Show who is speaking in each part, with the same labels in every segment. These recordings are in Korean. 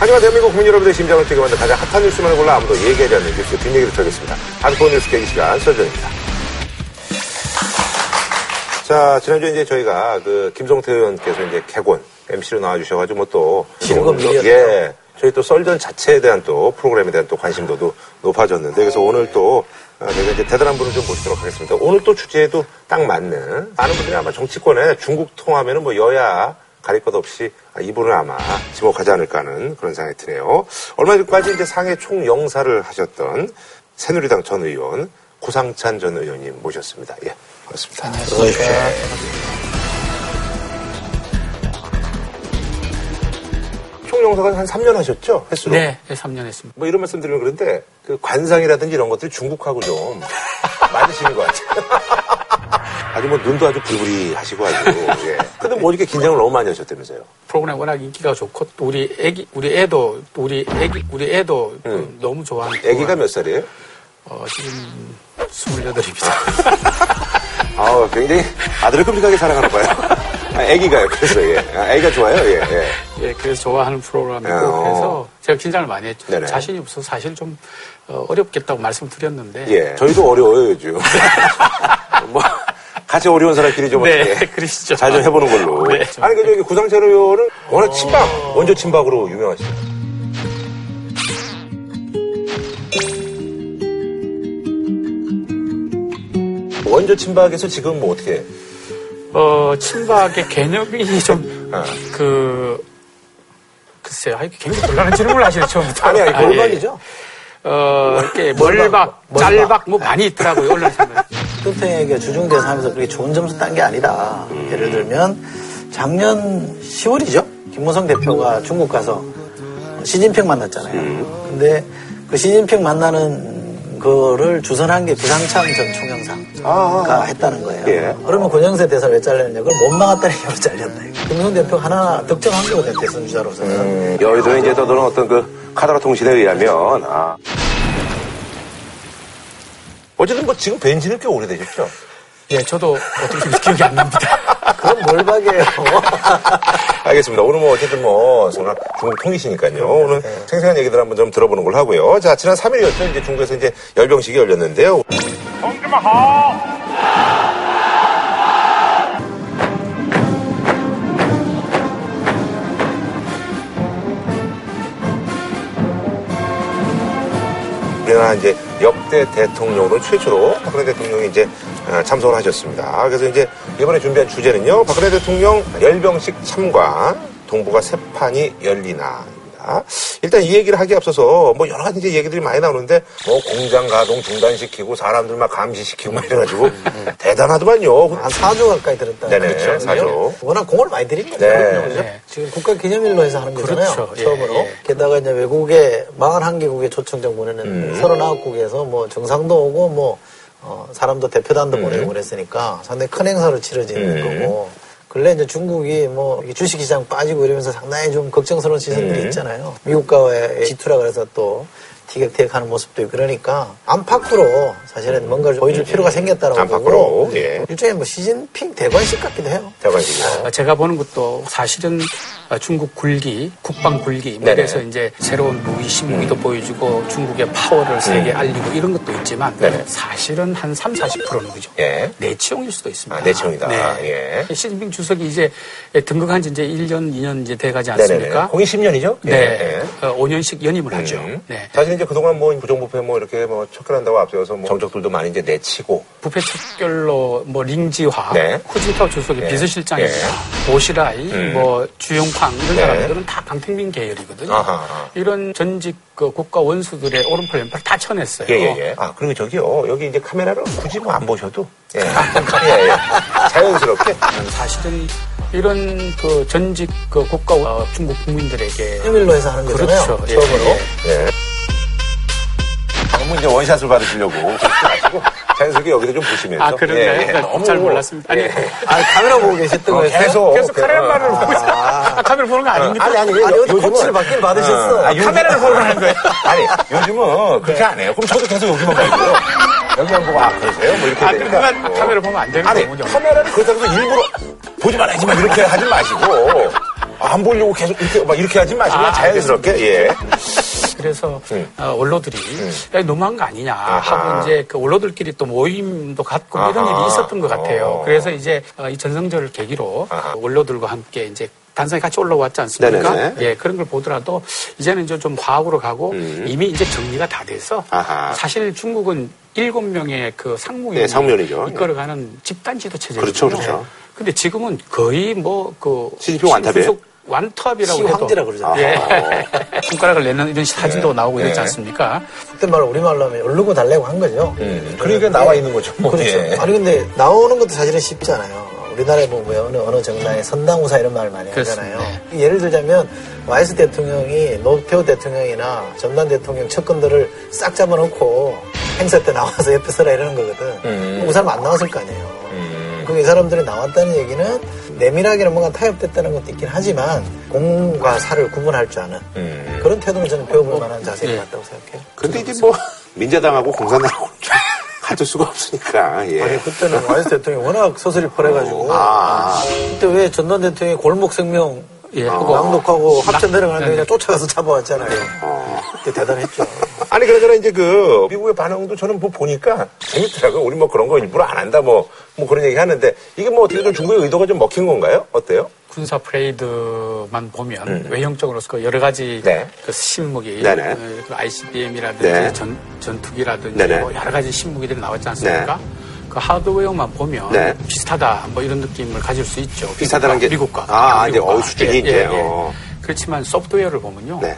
Speaker 1: 하지만 대한민국 국민 여러분의 심장을 뛰게 만든 가장 핫한 뉴스만을 골라 아무도 얘기하지 않는 뉴스의 뒷얘기를 털겠습니다. 한포 뉴스 계기 시간 설정입니다. 자, 지난주에 이제 저희가 그 김성태 의원께서 이제 개곤 MC로 나와주셔가지고 뭐또
Speaker 2: 실검 밀렸죠.
Speaker 1: 예, 저희 또 썰전 자체에 대한 또 프로그램에 대한 또 관심도도 높아졌는데 그래서 오늘 또 어, 저희가 이제 대단한 분을 좀 모시도록 하겠습니다. 오늘 또 주제에도 딱 맞는 많은 분들이 아마 정치권에 중국 통하면은 뭐 여야 가릴 것 없이 아, 이분을 아마 지목하지 않을까 하는 그런 생각이 드네요. 얼마 전까지 이제 상해 총영사를 하셨던 새누리당 전 의원 고상찬 전 의원님 모셨습니다. 예, 반갑습니다. 총영사가 한 3년 하셨죠? 횟수로?
Speaker 3: 네, 3년 했습니다.
Speaker 1: 뭐 이런 말씀 드리면 그런데 그 관상이라든지 이런 것들이 중국하고 좀 맞으시는 것 같아요. 아주 뭐 눈도 아주 불부리 하시고 아주. 예. 근데 뭐 이렇게 긴장을 너무 많이 하셨다면서요.
Speaker 3: 프로그램 워낙 인기가 좋고 또 우리 애기 우리 애도 또 우리 애기 우리 애도 그
Speaker 1: 음.
Speaker 3: 너무 좋아하는
Speaker 1: 아기가
Speaker 3: 프로그램.
Speaker 1: 몇 살이에요?
Speaker 3: 어, 지금 28입니다.
Speaker 1: 아우 굉장히 아들을 끔찍하게 사랑하나 봐요. 아, 아기가요. 그래서 예. 아, 아기가 좋아요. 예. 예.
Speaker 3: 예, 그래서 좋아하는 프로그램이고
Speaker 1: 어.
Speaker 3: 그래서 제가 긴장을 많이 했죠.
Speaker 1: 네네.
Speaker 3: 자신이 없어서 사실 좀 어, 어렵겠다고 말씀드렸는데
Speaker 1: 예. 저희도 어려워요 요즘. 뭐 같이 어려운 사람끼리 좀
Speaker 3: 네,
Speaker 1: 어떻게
Speaker 3: 그러시죠.
Speaker 1: 잘 좀 예. 해보는 걸로.
Speaker 3: 네.
Speaker 1: 아니 그 저기 구상철 의원은 워낙 친박 원조 친박으로 유명하시죠. 원조 친박에서 지금 뭐 어떻게?
Speaker 3: 어, 친박의 개념이 좀
Speaker 1: 어.
Speaker 3: 그 글쎄요. 아, 굉장히 곤란한 질문을 하시네 처음부터.
Speaker 1: 아니 아니
Speaker 3: 아, 예, 예.
Speaker 1: 골반이죠.
Speaker 3: 어, 이렇게 멀박,
Speaker 2: 멀박.
Speaker 3: 짤박 뭐 많이 있더라고요. 언론에서는.
Speaker 2: 뚱땡이에게 주중대상 하면서 그렇게 좋은 점수 딴 게 아니다. 예를 들면 작년 10월이죠. 김무성 대표가 중국 가서 시진핑 만났잖아요.
Speaker 1: 음.
Speaker 2: 근데 그 시진핑 만나는 거를 주선한 게 부상찬 전 총영사가
Speaker 1: 아, 아, 아.
Speaker 2: 했다는 거예요.
Speaker 1: 예.
Speaker 2: 그러면 권영세 대사를 왜 잘렸냐? 그걸 못 막았다는 이유로 잘렸다. 김무성 대표 하나 득점한 거거든요. 대선 주자로서는.
Speaker 1: 음, 여의도에 이제 떠도는 어떤 그 카드라 통신에 의하면 아. 어쨌든 뭐 지금 벤지는꽤 오래되셨죠?
Speaker 3: 예, 저도 어떻게 보면 기억이 안 납니다.
Speaker 2: 그건 몰박이에요.
Speaker 1: 알겠습니다. 오늘 뭐 어쨌든 뭐 오늘 중국 통이시니까요. 오늘 생생한 얘기들 한번 좀 들어보는 걸로 하고요. 자 지난 3일이었죠. 이제 중국에서 이제 열병식이 열렸는데요.
Speaker 4: 同志们好。
Speaker 1: 우리나라 이제 역대 대통령으로 최초로 박근혜 대통령이 이제 어, 참석을 하셨습니다. 그래서 이제 이번에 준비한 주제는요. 박근혜 대통령 열병식 참관 동북아 세판이 열리나. 입니다. 일단 이 얘기를 하기 에 앞서서 뭐 여러 가지 이제 얘기들이 많이 나오는데 뭐 공장 가동 중단시키고 사람들 막 감시시키고 막 이래가지고 대단하더만요.
Speaker 2: 한 4조 가까이 들었다. 그렇죠?
Speaker 1: 네네,
Speaker 2: 예.
Speaker 1: 4조.
Speaker 2: 워낙 공을 많이 들인 거죠.
Speaker 1: 네.
Speaker 2: 그죠?
Speaker 3: 네.
Speaker 2: 지금 국가 기념일로 해서 하는 거잖아요.
Speaker 3: 그렇죠. 예,
Speaker 2: 처음으로.
Speaker 3: 예.
Speaker 2: 게다가 이제 외국에 41개국에 초청장
Speaker 1: 음.
Speaker 2: 보내는 39국에서 뭐 정상도 오고 뭐 어, 사람도 대표단도 보내고 그랬으니까 상당히 큰 행사로 치러지는
Speaker 1: 음.
Speaker 2: 거고. 근래 이제 중국이 뭐 이렇게 주식시장 빠지고 이러면서 상당히 좀 걱정스러운 시선들이
Speaker 1: 음.
Speaker 2: 있잖아요. 미국과의 G2라 그래서 또 티격태격 하는 모습도 있고 그러니까 안팎으로 사실은 뭔가 를 보여줄 필요가 생겼다라고
Speaker 1: 안팎으로,
Speaker 2: 보고
Speaker 1: 예.
Speaker 2: 일종의 뭐 시진핑 대관식 같기도 해요.
Speaker 1: 대관식이요.
Speaker 3: 어, 제가 보는 것도 사실은 어, 중국 굴기, 국방
Speaker 1: 네네.
Speaker 3: 굴기,
Speaker 1: 음.
Speaker 3: 뭐 그래서 이제 새로운 무기, 신무기도 보여주고 중국의 파워를 세계 알리고 이런 것도 있지만
Speaker 1: 네네.
Speaker 3: 사실은 한 3, 40%는 그죠.
Speaker 1: 예.
Speaker 3: 내치용일 수도 있습니다.
Speaker 1: 아, 내치용이다.
Speaker 3: 네.
Speaker 1: 예.
Speaker 3: 시진핑 주석이 이제 등극한 지 이제 1년, 2년 이제 돼가지
Speaker 1: 네네네.
Speaker 3: 않습니까?
Speaker 1: 공이 10년이죠? 예.
Speaker 3: 네. 어, 5년씩 연임을 하죠.
Speaker 1: 음.
Speaker 3: 네.
Speaker 1: 사실 이제 그동안 뭐 부정부패 뭐 이렇게 뭐 척결한다고 앞서서 뭐 정적들도 많이 이제 내치고
Speaker 3: 부패 척결로 뭐 링지화,
Speaker 1: 네.
Speaker 3: 후진타오 주석의
Speaker 1: 네.
Speaker 3: 비서실장입니다. 오시라이,
Speaker 1: 음.
Speaker 3: 뭐 주용팡 이런
Speaker 1: 네.
Speaker 3: 사람들은 다 강택민 계열이거든요.
Speaker 1: 아하.
Speaker 3: 이런 전직 그 국가 원수들의 오른팔 왼팔 다 쳐냈어요.
Speaker 1: 예, 예, 예. 아, 그리고 저기요. 여기 이제 카메라를 굳이 뭐 안 보셔도. 예. 예, 예. 자연스럽게.
Speaker 3: 어, 사실은 이런 그 전직 그 국가 어, 중국 국민들에게
Speaker 2: 기념일로 해서 하는 거잖아요.
Speaker 3: 그렇죠. 예,
Speaker 2: 처음으로.
Speaker 3: 예.
Speaker 1: 예. 너무 이제 원샷을 받으시려고. 그러지 마시고 자연스럽게 여기서 좀 보시면서.
Speaker 3: 아 그런가요?
Speaker 1: 예, 예.
Speaker 3: 나 잘 몰랐습니다. 아니
Speaker 1: 예.
Speaker 2: 아, 카메라 보고 계셨던
Speaker 1: 어,
Speaker 2: 거예요?
Speaker 1: 계속.
Speaker 3: 계속
Speaker 1: 그-
Speaker 3: 카메라를
Speaker 1: 어.
Speaker 3: 보고 있어요. 아, 카메라 보는 거 아닙니까?
Speaker 2: 아니, 아니, 왜
Speaker 1: 아니,
Speaker 2: 여기다
Speaker 1: 요즘은-
Speaker 2: 코치를 받긴 받으셨어.
Speaker 1: 아, 네. 카메라를 보러 가는 거예요? 아니, 요즘은 그렇게 안 해요. 그럼 저도 계속 여기만 봐요. 여기만 보고, 아, 그러세요? 뭐 이렇게
Speaker 3: 아,
Speaker 1: 되니까.
Speaker 3: 그러면
Speaker 1: 어.
Speaker 3: 카메라 보면 안 되는
Speaker 1: 아니,
Speaker 3: 거군요.
Speaker 1: 카메라를 그렇다고 해서 일부러 보지 말아야지만 이렇게 하지 마시고. 안 보려고 계속 이렇게, 막 이렇게 하지 마시고
Speaker 3: 아,
Speaker 1: 자연스럽게, 예.
Speaker 3: 그래서 어, 원로들이 야, 너무한 거 아니냐
Speaker 1: 네. 아하.
Speaker 3: 하고 이제 그 원로들끼리 또 모임도 갖고 뭐 이런
Speaker 1: 아하.
Speaker 3: 일이 있었던 것 같아요.
Speaker 1: 어.
Speaker 3: 그래서 이제 어, 이 전성절을 계기로
Speaker 1: 아하.
Speaker 3: 원로들과 함께 이제 단상에 같이 올라왔지 않습니까?
Speaker 1: 네네네.
Speaker 3: 예, 그런 걸 보더라도 이제는 이제 좀 화학으로 가고
Speaker 1: 음.
Speaker 3: 이미 이제 정리가 다 돼서
Speaker 1: 아하.
Speaker 3: 사실 중국은 일곱 명의 그 상무위
Speaker 1: 네, 상무위원이죠.
Speaker 3: 이끌어가는 집단 지도 체제거든요.
Speaker 1: 그렇죠, 그렇죠.
Speaker 3: 근데 지금은 거의 뭐그
Speaker 1: 시진핑 완탑이에요?
Speaker 3: 완탑이라고 해도
Speaker 2: 시황제라고 그러잖아요.
Speaker 3: 예.
Speaker 1: 아하.
Speaker 3: 손가락을 내는 이런 사진도 나오고 이러지
Speaker 1: 네.
Speaker 3: 않습니까?
Speaker 2: 그때 말로 우리말로 하면 얼르고 달래고 한 거죠.
Speaker 1: 그러니까 나와 있는 거죠. 뭐.
Speaker 2: 그렇죠.
Speaker 1: 예.
Speaker 2: 아니 근데 나오는 것도 사실은 쉽잖아요. 우리나라에 보면 어느 어느 정당에 선당우사 이런 말 많이 하잖아요.
Speaker 3: 그렇습니다.
Speaker 2: 예를 들자면 와이스 대통령이 노태우 대통령이나 전단 대통령 측근들을 싹 잡아놓고 행사 때 나와서 옆에 서라 이러는 거거든.
Speaker 1: 음.
Speaker 2: 그 사람 안 나왔을 거 아니에요.
Speaker 1: 음.
Speaker 2: 그 이 사람들이 나왔다는 얘기는 내밀하게는 뭔가 타협됐다는 것도 있긴 하지만 공과 사를 구분할 줄 아는
Speaker 1: 음.
Speaker 2: 그런 태도는 저는 배워볼 만한 자세인
Speaker 3: 예.
Speaker 2: 것 같다고 생각해요.
Speaker 1: 근데 이제 뭐, 민자당하고 공산당하고는 좀 같을 수가 없으니까, 예.
Speaker 2: 아니 그때는 와이스 대통령이 워낙 소설이 퍼래가지고
Speaker 1: 아.
Speaker 2: 그때 왜 전단 대통령이 골목 생명
Speaker 3: 예.
Speaker 2: 그거 낭독하고 합천 내려가는데 그냥 쫓아가서 잡아왔잖아요. 그때 대단했죠.
Speaker 1: 아니 그러잖아 이제 그 미국의 반응도 저는 뭐 보니까 재밌더라고요. 우리 뭐 그런 거 일부러 안 한다 뭐 뭐 그런 얘기 하는데 이게 뭐 어떻게 좀 중국의 의도가 좀 먹힌 건가요? 어때요?
Speaker 3: 군사 프레이드만 보면 외형적으로서 그 여러 가지
Speaker 1: 음. 네.
Speaker 3: 그 신무기,
Speaker 1: 네네.
Speaker 3: 어, 그 ICBM이라든지
Speaker 1: 네.
Speaker 3: 전, 투기라든지 뭐
Speaker 1: 네네.
Speaker 3: 여러 가지 신무기들이 나왔지 않습니까? 그 하드웨어만 보면
Speaker 1: 네.
Speaker 3: 비슷하다 뭐 이런 느낌을 가질 수 있죠.
Speaker 1: 비슷하다는 게-
Speaker 3: 미국과
Speaker 1: 아, 아, 이제
Speaker 3: 미국과. 예,
Speaker 1: 어우, 수준이 이제, 어.
Speaker 3: 그렇지만 소프트웨어를 보면요.
Speaker 1: 네.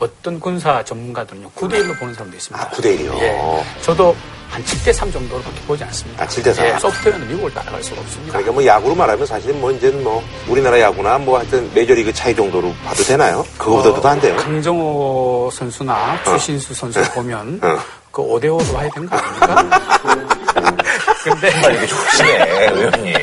Speaker 3: 어떤 군사 전문가들은요 9대1로 보는 사람도 있습니다.
Speaker 1: 아, 9대 1이요?
Speaker 3: 예. 저도 한 7대3 정도로밖에 보지 않습니다.
Speaker 1: 아, 7대 3.
Speaker 3: 예, 소프트웨어는 미국을 따라갈 수가 없습니다.
Speaker 1: 그러니까 뭐 야구로 말하면 사실 뭐 이제 뭐 우리나라 야구나 뭐 하여튼 메이저리그 차이 정도로 봐도 되나요? 그거보다도 더
Speaker 3: 어,
Speaker 1: 안 돼요.
Speaker 3: 강정호 선수나 추신수 선수를 보면
Speaker 1: 어. 음,
Speaker 3: 그 5대5로 해야 되는 거 아닙니까? 근데
Speaker 1: 좋으시네 아, 의원님.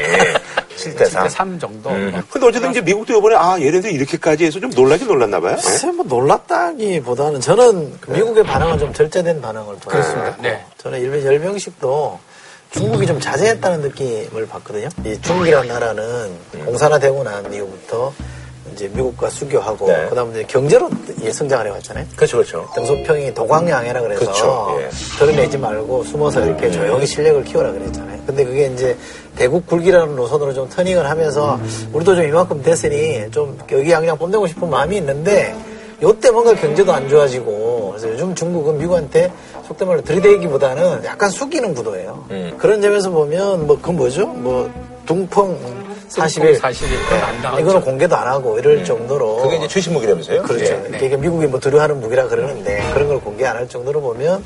Speaker 1: 7대 3.
Speaker 3: 3 정도.
Speaker 1: 근데 어쨌든 이제 미국도 이번에 아 얘네들 이렇게까지 해서 좀 놀라긴 놀랐나 봐요. 예?
Speaker 2: 글쎄 뭐 놀랐다기보다는 저는 그 미국의 반응은 좀 절제된 반응을 보였습니
Speaker 3: 그렇습니다. 네.
Speaker 2: 저는 일본 열병식도 중국이 좀 자제했다는 느낌을 받거든요. 이 중국이라는 나라는
Speaker 1: 음.
Speaker 2: 공산화되고 난 이후부터 이제 미국과 수교하고
Speaker 1: 네.
Speaker 2: 그다음에 이제 경제로 예, 성장을 해왔잖아요.
Speaker 1: 그렇죠, 그렇죠.
Speaker 2: 등소평이 도광양이라 그래서
Speaker 1: 그렇죠, 예. 음,
Speaker 2: 드러내지 말고 숨어서 이렇게 조용히 실력을 키워라 그랬잖아요. 근데 그게 이제 대국 굴기라는 노선으로 좀 터닝을 하면서
Speaker 1: 음.
Speaker 2: 우리도 좀 이만큼 됐으니 좀 여기양양 뽐내고 싶은 마음이 있는데 요때 뭔가 경제도 안 좋아지고 그래서 요즘 중국은 미국한테 속된 말로 들이대기보다는 약간 숙이는 구도예요. 그런 점에서 보면 뭐 그 뭐죠? 뭐 둥펑 41.
Speaker 3: 41, 그건 안 당하죠.
Speaker 2: 이거는 공개도 안 하고 이럴 정도로
Speaker 1: 그게 이제 최신 무기라면서요?
Speaker 2: 그렇죠.
Speaker 1: 예.
Speaker 2: 이게 미국이 뭐 두려워하는 무기라 그러는데 그런 걸 공개 안 할 정도로 보면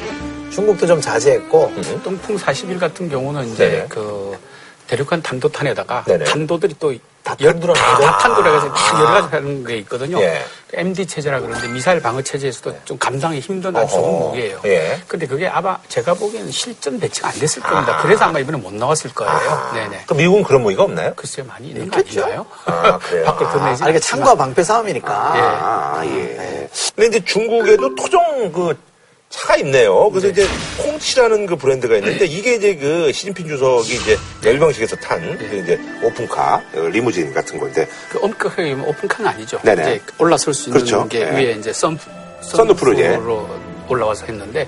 Speaker 2: 중국도 좀 자제했고
Speaker 3: 음. 똥풍 40일 네. 같은 경우는 이제
Speaker 1: 네네.
Speaker 3: 그 대륙간 단도탄에다가
Speaker 1: 네네. 아.
Speaker 3: 탄도들이 또
Speaker 2: 다
Speaker 3: 열-
Speaker 2: 탄두라는
Speaker 3: 다
Speaker 2: 거죠?
Speaker 3: 탄두라고 해서 막 여러 가지 하는 게 있거든요.
Speaker 1: 예. 네.
Speaker 3: MD 체제라 그러는데 미사일 방어 체제에서도 좀 감당이 힘든 아주 좋은
Speaker 1: 어허.
Speaker 3: 무기예요.
Speaker 1: 예.
Speaker 3: 근데 그게 아마 제가 보기에는 실전 배치가 안 됐을 겁니다. 그래서 아마 이번에 못 나왔을 거예요. 네네.
Speaker 1: 그 미국은 그런 무기가 없나요?
Speaker 3: 글쎄요, 많이 있는 거 아닌가요?
Speaker 1: 아, 그래요?
Speaker 3: 밖을 건네지.
Speaker 2: 아, 이게 창과 방패 싸움이니까
Speaker 1: 아, 예. 근데 이제 중국에도 토종 그 차가 있네요. 그래서 이제 콩치라는 그 브랜드가 있는데 이게 이제 그 시진핑 주석이 이제 열병식에서 탄그 이제 오픈카, 어, 리무진 같은 건데
Speaker 3: 그 엄격하게 보면 오픈카는 아니죠.
Speaker 1: 네네.
Speaker 3: 이제 올라설 수 있는
Speaker 1: 그렇죠.
Speaker 3: 게
Speaker 1: 예.
Speaker 3: 위에 이제 선
Speaker 1: 선루프로, 예.
Speaker 3: 선루프로 올라와서 했는데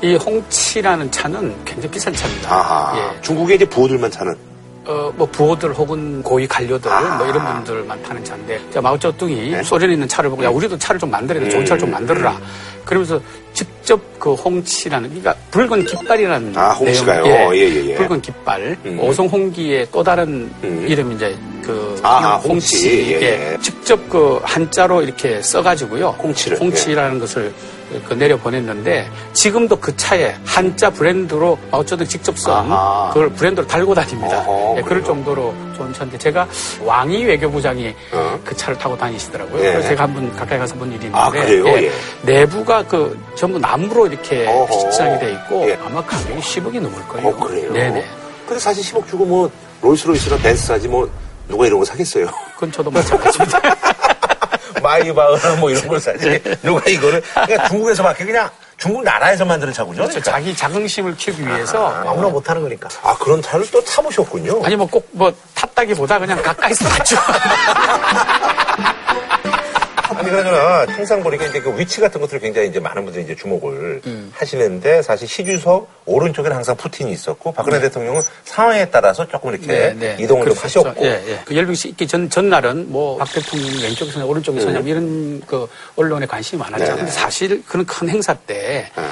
Speaker 3: 이 홍치라는 차는 굉장히 비싼 차입니다.
Speaker 1: 아하.
Speaker 3: 예.
Speaker 1: 중국에 이제 부호들만 차는
Speaker 3: 어, 뭐 부호들 혹은 고위 관료들
Speaker 1: 아.
Speaker 3: 뭐 이런 분들만 타는 차인데 자, 마오쩌둥이
Speaker 1: 네.
Speaker 3: 소련에 있는 차를 보고 야 우리도 차를 좀 만들어야 돼. 좋은
Speaker 1: 음.
Speaker 3: 차를 좀 만들어라. 그러면서 직접 그 홍치라는 그러니까 붉은 깃발이라는
Speaker 1: 아, 홍치가요?
Speaker 3: 내용,
Speaker 1: 예, 예, 예.
Speaker 3: 붉은 깃발
Speaker 1: 음.
Speaker 3: 오성홍기의 또 다른
Speaker 1: 음.
Speaker 3: 이름 이제 그
Speaker 1: 아, 아, 홍치. 예,
Speaker 3: 예.
Speaker 1: 예.
Speaker 3: 직접 그 한자로 이렇게 써가지고요.
Speaker 1: 홍치를, 예.
Speaker 3: 홍치라는 것을 그 내려 보냈는데 지금도 그 차에 한자 브랜드로 어쩌든 직접 선
Speaker 1: 아하.
Speaker 3: 그걸 브랜드로 달고 다닙니다.
Speaker 1: 어허,
Speaker 3: 예, 그럴
Speaker 1: 그래요?
Speaker 3: 정도로 좋은 차인데 제가 왕이 외교부장이
Speaker 1: 어.
Speaker 3: 그 차를 타고 다니시더라고요.
Speaker 1: 예.
Speaker 3: 그래서 제가 한번 가까이 가서 본 일이 있는데
Speaker 1: 아, 그래요? 예.
Speaker 3: 내부가 그 전부 나무로 이렇게
Speaker 1: 어허.
Speaker 3: 시장이 돼 있고
Speaker 1: 예.
Speaker 3: 아마 가격이 10억이 넘을 거예요.
Speaker 1: 어, 그래요?
Speaker 3: 네네.
Speaker 1: 근데 사실 10억 주고 뭐 롤스로이스나 벤츠 사지 뭐 누가 이런 거 사겠어요?
Speaker 3: 그건 저도 마찬가지입니다.
Speaker 1: 마이바흐나 뭐 이런 걸 사지. 누가 이거를. 그러니까 중국에서 막 그냥 중국 나라에서 만드는 차군요.
Speaker 3: 그렇죠. 자기 자긍심을 키우기 위해서
Speaker 2: 아무나 못하는 거니까
Speaker 1: 아, 그런 차를 또 타보셨군요.
Speaker 3: 아니 뭐 꼭 뭐 탔다기보다 그냥 가까이서 봤죠.
Speaker 1: 아니 그러잖아 항상 보니까 이제 그 위치 같은 것들을 굉장히 이제 많은 분들이 이제 주목을 하시는데 사실 시주석 오른쪽에는 항상 푸틴이 있었고 박근혜 대통령은 상황에 따라서 조금 이렇게
Speaker 5: 네,
Speaker 1: 이동을 좀
Speaker 3: 네, 그렇죠.
Speaker 1: 하셨고
Speaker 3: 예, 예. 그 열병식 있기 전, 전날은 뭐 박 대통령 왼쪽에 서냐 오른쪽에
Speaker 5: 네.
Speaker 3: 서냐 뭐 이런 그 언론에 관심이 많았잖아요. 근데 사실 그런 큰 행사 때 그
Speaker 5: 아.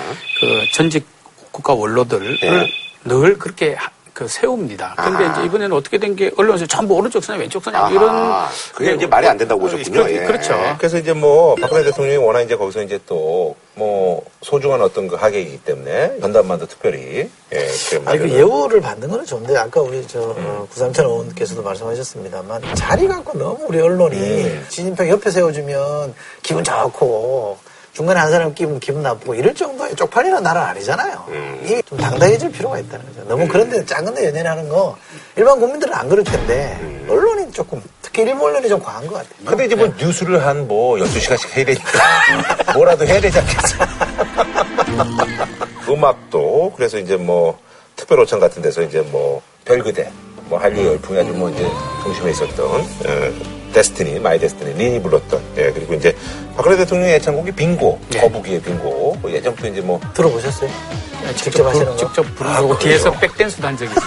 Speaker 3: 전직 국가 원로들을
Speaker 1: 네.
Speaker 3: 늘 그렇게 하- 그 세웁니다. 그런데 이제 이번에는 어떻게 된 게 언론에서 전부 오른쪽 서냐 왼쪽 서냐 뭐 이런
Speaker 5: 아. 아하. 그게 이제 말이 안 된다고 보셨군요.
Speaker 3: 그렇-
Speaker 5: 예.
Speaker 3: 그렇죠.
Speaker 1: 그래서 이제 뭐 박근혜 대통령이 워낙 이제 거기서 이제 또 뭐 소중한 어떤 그 하객이기 때문에 전담만도 특별히 예, 그런
Speaker 2: 아니, 그
Speaker 1: 분들은-
Speaker 2: 예우를 받는 거는 좋은데, 아까 우리 저,
Speaker 3: 음.
Speaker 2: 어, 구삼천 의원께서도 말씀하셨습니다만, 자리 갖고 너무 우리 언론이
Speaker 3: 네.
Speaker 2: 시진핑 옆에 세워주면 기분 좋고, 중간에 한 사람 끼면 기분 나쁘고, 이럴 정도의 쪽팔리는 나라 아니잖아요.
Speaker 3: 음.
Speaker 2: 이게 좀 당당해질 필요가 있다는 거죠.
Speaker 3: 네.
Speaker 2: 너무 그런데, 작은 데 연예하는 거, 일반 국민들은 안 그럴 텐데,
Speaker 3: 음.
Speaker 2: 언론이 조금, 특히 일본 언론이 좀 과한 것 같아요.
Speaker 1: 근데 이제 뭐 뉴스를 한 뭐 12시간씩 해야 되니까 뭐라도 해야 되지 않겠어. 음악도 그래서 이제 뭐 특별 오찬 같은 데서 이제 뭐 별그대 뭐 한류 열풍이 아주 뭐 이제 중심에 있었던 에, 데스티니 마이 데스티니 린이 불렀던 예 그리고 이제 박근혜 대통령의 애창곡이 빙고
Speaker 3: 예.
Speaker 1: 거북이의 빙고 뭐 예전부터 이제 뭐
Speaker 2: 들어보셨어요? 직접
Speaker 3: 부-
Speaker 2: 하시는 거?
Speaker 3: 직접 부르고
Speaker 1: 아,
Speaker 3: 뒤에서
Speaker 1: 그래요?
Speaker 3: 백댄스도 한 적이 있어요.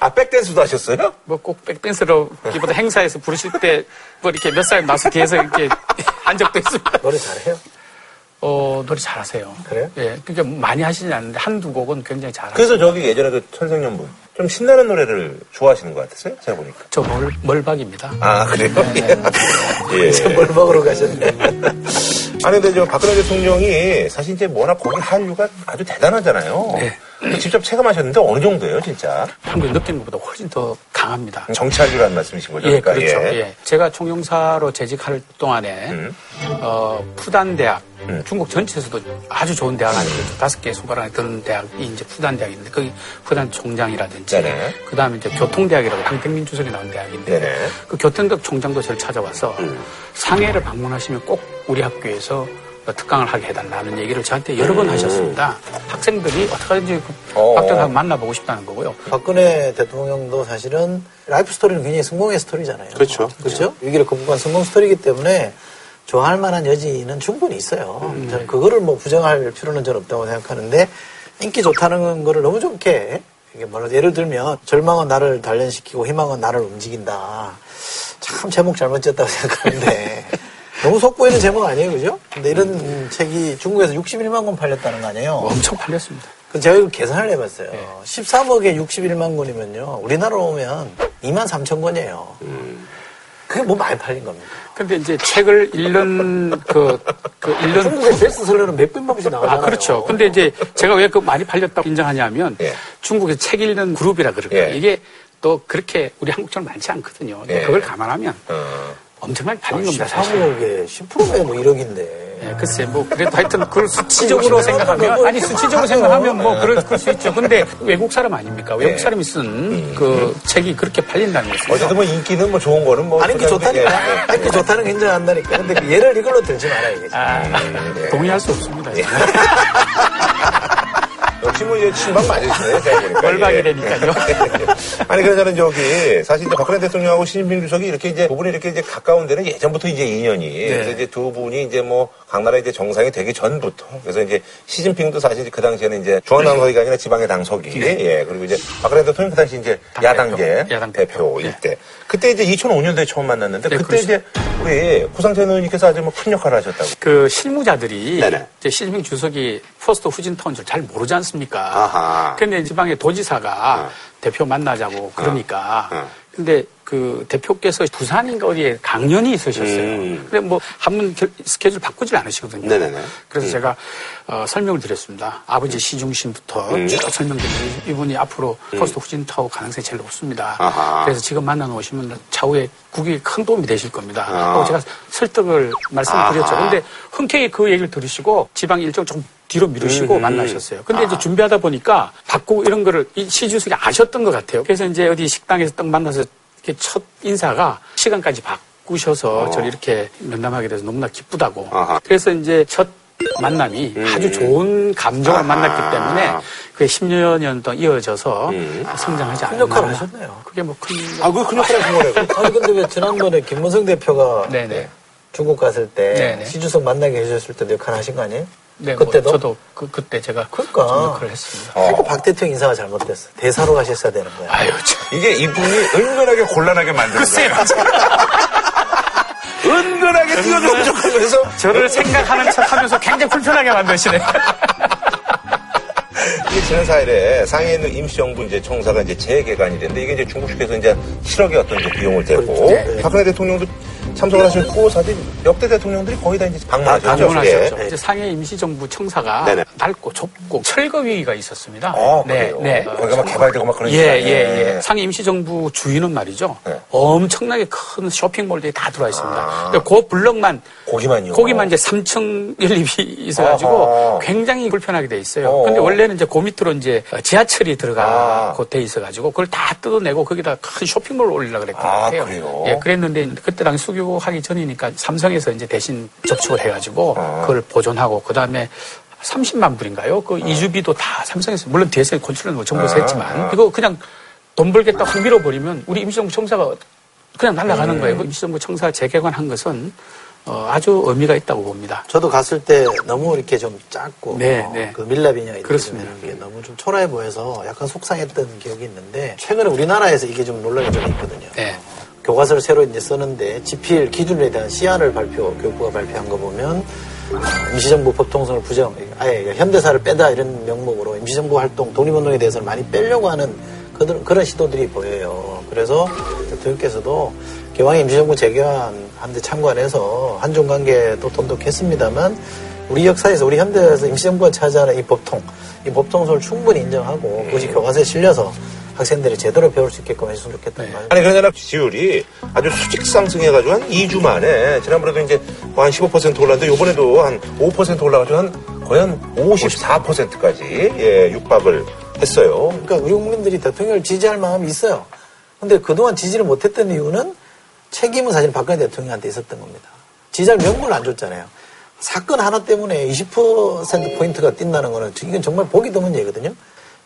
Speaker 1: 아, 백댄스도 하셨어요?
Speaker 3: 뭐 꼭 백댄스로기보다 행사에서 부르실 때 뭐 이렇게 몇 살 나서 뒤에서 이렇게 한 적도 있습니다.
Speaker 2: 노래 잘해요?
Speaker 3: 어, 노래 잘하세요.
Speaker 2: 그래요?
Speaker 3: 예. 그러니까 많이 하시진 않는데 한두 곡은 굉장히 잘하세요.
Speaker 1: 그래서 저기 예전에 그 천생연분 좀 신나는 노래를 좋아하시는 것 같았어요? 제가 보니까.
Speaker 3: 저 멀, 멀박입니다.
Speaker 1: 아, 그래요? 예.
Speaker 3: 네.
Speaker 2: 뭘 먹으러 가셨네.
Speaker 1: 아니 근데 저 박근혜 대통령이 사실 이제 워낙 거기 한류가 아주 대단하잖아요.
Speaker 3: 네.
Speaker 1: 근데 직접 체감하셨는데 어느 정도예요, 진짜?
Speaker 3: 한국에 느끼는 것보다 훨씬 더 강합니다.
Speaker 1: 정치 한류라는 말씀이신 거죠?
Speaker 3: 예,
Speaker 1: 그러니까,
Speaker 3: 그렇죠.
Speaker 1: 예. 음.
Speaker 3: 예. 제가 총영사로 재직할 동안에 어, 푸단 대학 중국 전체에서도 아주 좋은 대학
Speaker 1: 음.
Speaker 3: 아니고 다섯 개 소발 안에 드는 대학이 이제 푸단 대학인데 거기 푸단 총장이라든지
Speaker 1: 네네.
Speaker 3: 그 다음에 이제 교통대학이라고 황택민 주석이 나온 대학인데
Speaker 1: 네네. 음.
Speaker 3: 그 교통대학 총장도 저를 찾아와서 상해를 방문하시면 꼭 우리 학교에서 특강을 하게 해달라는 얘기를 저한테 여러 번 하셨습니다. 학생들이 어떻게든지
Speaker 1: 음. 어.
Speaker 3: 박정하고 만나보고 싶다는 거고요.
Speaker 2: 박근혜 대통령도 사실은 라이프 스토리는 굉장히 성공의 스토리잖아요.
Speaker 5: 그렇죠.
Speaker 2: 그렇죠? 위기를 극복한 성공 스토리이기 때문에 좋아할 만한 여지는 충분히 있어요.
Speaker 5: 음.
Speaker 2: 저는 그거를 뭐 부정할 필요는 전 없다고 생각하는데 인기 좋다는 거를 너무 좋게 이게 뭐라 예를 들면 절망은 나를 단련시키고 희망은 나를 움직인다. 참 제목 잘못 지었다고 생각하는데 너무 속보이는 제목 아니에요, 그죠? 근데 이런
Speaker 5: 음.
Speaker 2: 책이 중국에서 61만 권 팔렸다는 거 아니에요?
Speaker 5: 어,
Speaker 3: 엄청 팔렸습니다.
Speaker 2: 그 제가 이거 계산을 해봤어요.
Speaker 3: 네.
Speaker 2: 13억에 61만 권이면요. 우리나라로 오면 2만 3천 권이에요. 그게 뭐 많이 팔린 겁니다.
Speaker 3: 근데 이제 책을 읽는 그, 그 읽는
Speaker 2: 중국의 베스트셀러는 몇 분만 씩 나가잖아요.
Speaker 3: 아, 그렇죠. 근데 이제 제가 왜 그 많이 팔렸다고 인정하냐면
Speaker 1: 예.
Speaker 3: 중국에서 책 읽는 그룹이라 그럴까요?
Speaker 1: 예.
Speaker 3: 이게 또 그렇게 우리 한국처럼 많지 않거든요.
Speaker 1: 예.
Speaker 3: 그걸 감안하면
Speaker 1: 어.
Speaker 3: 엄청나게 팔린 겁니다, 사실.
Speaker 2: 13억에 10%면 뭐 1억인데.
Speaker 3: 예, 글쎄, 뭐, 그래도 하여튼 그걸
Speaker 1: 그렇죠.
Speaker 3: 수치적으로 생각하면, 아니, 수치적으로 생각하면 뭐, 그럴, 그럴 수 있죠. 근데 외국 사람 아닙니까?
Speaker 1: 예.
Speaker 3: 외국 사람이 쓴 그 책이 그렇게 팔린다는 거죠.
Speaker 1: 어쨌든 뭐 인기는 뭐 좋은 거는 뭐.
Speaker 2: 아닌 게
Speaker 1: 그냥
Speaker 2: 좋다니까.
Speaker 3: 네.
Speaker 1: 예, 예.
Speaker 2: 아닌 게 좋다는 게 인정한다니까. 근데 그 예를 이걸로 들지 말아야 되겠죠.
Speaker 3: 아,
Speaker 1: 예.
Speaker 3: 동의할 수 없습니다.
Speaker 1: 역시 뭐 이제 친박 맞으시네요, 제가 보니까.
Speaker 3: 월박이
Speaker 1: 예.
Speaker 3: 되니까요.
Speaker 1: 아니 그래서 저는 저기 사실 이제 박근혜 대통령하고 시진핑 주석이 이렇게 이제 두 분이 이렇게 이제 가까운 데는 예전부터 이제 인연이
Speaker 3: 네.
Speaker 1: 그래서 이제 두 분이 이제 뭐 강나라 이제 정상이 되기 전부터 그래서 이제 시진핑도 사실 이제 그 당시에는 이제 중앙 당석이 아니라 지방의 당석이 예 그리고 이제 박근혜 대통령 그 당시 이제
Speaker 3: 네. 당
Speaker 1: 야당계
Speaker 3: 대표, 야당 대표.
Speaker 1: 대표일 때 그때 이제 2005년도에 처음 만났는데
Speaker 3: 네,
Speaker 1: 그때 이제 우리 구상태 의원님께서 아주 뭐 큰 역할을 하셨다고
Speaker 3: 그 실무자들이
Speaker 5: 네네.
Speaker 3: 이제 시진핑 주석이 포스트 후진타운 줄잘 모르지 않습니까?
Speaker 5: 아하.
Speaker 3: 근데 지방의 도지사가
Speaker 5: 네.
Speaker 3: 대표 만나자고 그러니까.
Speaker 5: 어.
Speaker 3: 근데 그 대표께서 부산인가 어디에 강연이 있으셨어요.
Speaker 5: 음.
Speaker 3: 근데 뭐 한 번 스케줄 바꾸질 않으시거든요.
Speaker 5: 네네네. 음.
Speaker 3: 그래서 제가 어, 설명을 드렸습니다. 아버지 시중심부터
Speaker 5: 음.
Speaker 3: 쭉 설명드리고 이분이 앞으로 포스트 후진타워 가능성이 제일 높습니다.
Speaker 5: 아하.
Speaker 3: 그래서 지금 만나러 오시면 차후에 국익에 큰 도움이 되실 겁니다.
Speaker 5: 아.
Speaker 3: 하고 제가 설득을 말씀을
Speaker 5: 아하.
Speaker 3: 드렸죠. 근데 흔쾌히 그 얘기를 들으시고 지방 일정 좀 뒤로
Speaker 5: 음,
Speaker 3: 미루시고 만나셨어요. 근데
Speaker 1: 아.
Speaker 3: 이제 준비하다 보니까 바꾸고 이런 거를 이 시주석이 아셨던 것 같아요. 그래서 이제 어디 식당에서 딱 만나서 이렇게 첫 인사가
Speaker 1: 어.
Speaker 3: 시간까지 바꾸셔서 저를 이렇게 면담하게 돼서 너무나 기쁘다고.
Speaker 5: 아하.
Speaker 3: 그래서 이제 첫 만남이
Speaker 1: 음.
Speaker 3: 아주 좋은 감정을 만났기 때문에 그게 10년 동안 이어져서 아, 성장하지 않았나.
Speaker 2: 큰 역할을 하셨네요.
Speaker 3: 그게 뭐 큰.
Speaker 1: 음. 아, 그거 큰 역할을 한 거라고.
Speaker 2: 아니 근데 왜 지난번에 김문성 대표가
Speaker 3: 아, 네네.
Speaker 2: 중국 갔을 때
Speaker 3: 네네.
Speaker 2: 시주석 만나게 해주셨을 때도 역할 하신 거 아니에요?
Speaker 3: 네, 뭐
Speaker 2: 그때도
Speaker 3: 저도 그, 그때 제가
Speaker 2: 그러니까.
Speaker 3: 좀 역할을 했습니다.
Speaker 2: 그러니까 박 대통령 인사가 잘못됐어. 대사로 가셨어야 되는 거야.
Speaker 3: 아유, 참.
Speaker 1: 이게 이분이 은근하게 곤란하게 만드는 거예요. 은근하게 뛰어들어 부족하면서
Speaker 3: 저를 생각하는 척 하면서 굉장히 불편하게 만드시네.
Speaker 1: 이게 지난 4일에 상해에 있는 임시정부 이제 청사가 이제 재개관이 됐는데 이게 이제 중국측에서 이제 7억의 어떤 이제 비용을 대고 박근혜 대통령도 참석을 하셨고 사실 역대 대통령들이 거의 다 이제 방문하셨죠.
Speaker 3: 방문하셨죠.
Speaker 1: 예.
Speaker 3: 아, 이제 상해 임시정부 청사가
Speaker 1: 네네.
Speaker 3: 낡고 좁고 철거 위기가 있었습니다.
Speaker 1: 어, 그래요. 거기가 막 개발되고 막 그런
Speaker 3: 네, 예,
Speaker 1: 시간에.
Speaker 3: 예, 예. 상해 임시정부 주인은 말이죠.
Speaker 1: 네. 아.
Speaker 3: 엄청나게 큰 쇼핑몰들이 다 들어와 있습니다. 근데 그 블럭만
Speaker 1: 고기만요.
Speaker 3: 거기만 이제 3층 연립이 있어가지고
Speaker 1: 어허.
Speaker 3: 굉장히 불편하게 돼 있어요.
Speaker 1: 어어.
Speaker 3: 근데 원래는 이제 그 밑으로 이제 지하철이 들어가
Speaker 1: 아.
Speaker 3: 곳돼 있어가지고 그걸 다 뜯어내고 거기다 큰 쇼핑몰을 올리려고 그랬던 것
Speaker 1: 아,
Speaker 3: 같아요.
Speaker 1: 그래요?
Speaker 3: 예, 그랬는데 그때 당시 수교하기 전이니까 삼성에서 이제 대신 접촉을 해가지고
Speaker 1: 아.
Speaker 3: 그걸 보존하고 그 다음에 30만 불인가요? 그 이주비도 다 삼성에서 물론 뒤에서 건출은 뭐
Speaker 1: 아.
Speaker 3: 정부에서 했지만 이거 그냥 돈 벌겠다 확 밀어버리면 우리 임시정부 청사가 그냥 날아가는
Speaker 1: 음.
Speaker 3: 거예요. 임시정부 청사 재개관한 것은 어, 아주 의미가 있다고 봅니다.
Speaker 2: 저도 갔을 때 너무 이렇게 좀 작고
Speaker 3: 네,
Speaker 2: 어,
Speaker 3: 네.
Speaker 2: 그 밀랍 인형이
Speaker 3: 그렇습니다.
Speaker 2: 들어있는 게 너무 좀 초라해 보여서 약간 속상했던 기억이 있는데 최근에 우리나라에서 이게 좀 논란이 좀 있거든요.
Speaker 3: 네.
Speaker 2: 교과서를 새로 이제 쓰는데 지필 기준에 대한 시안을 발표 교육부가 발표한 거 보면 어, 임시정부 법통성을 부정 아예 그러니까 현대사를 빼다 이런 명목으로 임시정부 활동 독립운동에 대해서는 많이 빼려고 하는 그들- 그런 시도들이 보여요. 그래서 대통령께서도 개왕의 임시정부 재개한한데 참관해서 한중 관계도 돈독했습니다만 우리 역사에서 우리 현대에서 임시정부가 차지하는 이 법통 이 법통성을 충분히 인정하고 그것이 교과서에 실려서 학생들이 제대로 배울 수 있게끔 해줬으면 좋겠다는 말.
Speaker 1: 아니 그러잖아 지율이 아주 수직 상승해가지고 한 2주 만에 지난번에도 이제 뭐 한 15% 올랐는데 요번에도 한 5% 올라가지고 한 거의 한 54%까지 예 육박을 했어요.
Speaker 2: 그러니까 우리 국민들이 대통령을 지지할 마음이 있어요. 근데 그동안 지지를 못했던 이유는 책임은 사실 박근혜 대통령한테 있었던 겁니다. 지지할 명분을 안 줬잖아요. 사건 하나 때문에 20%포인트가 뛴다는 거는 이건 정말 보기 드문 얘기거든요.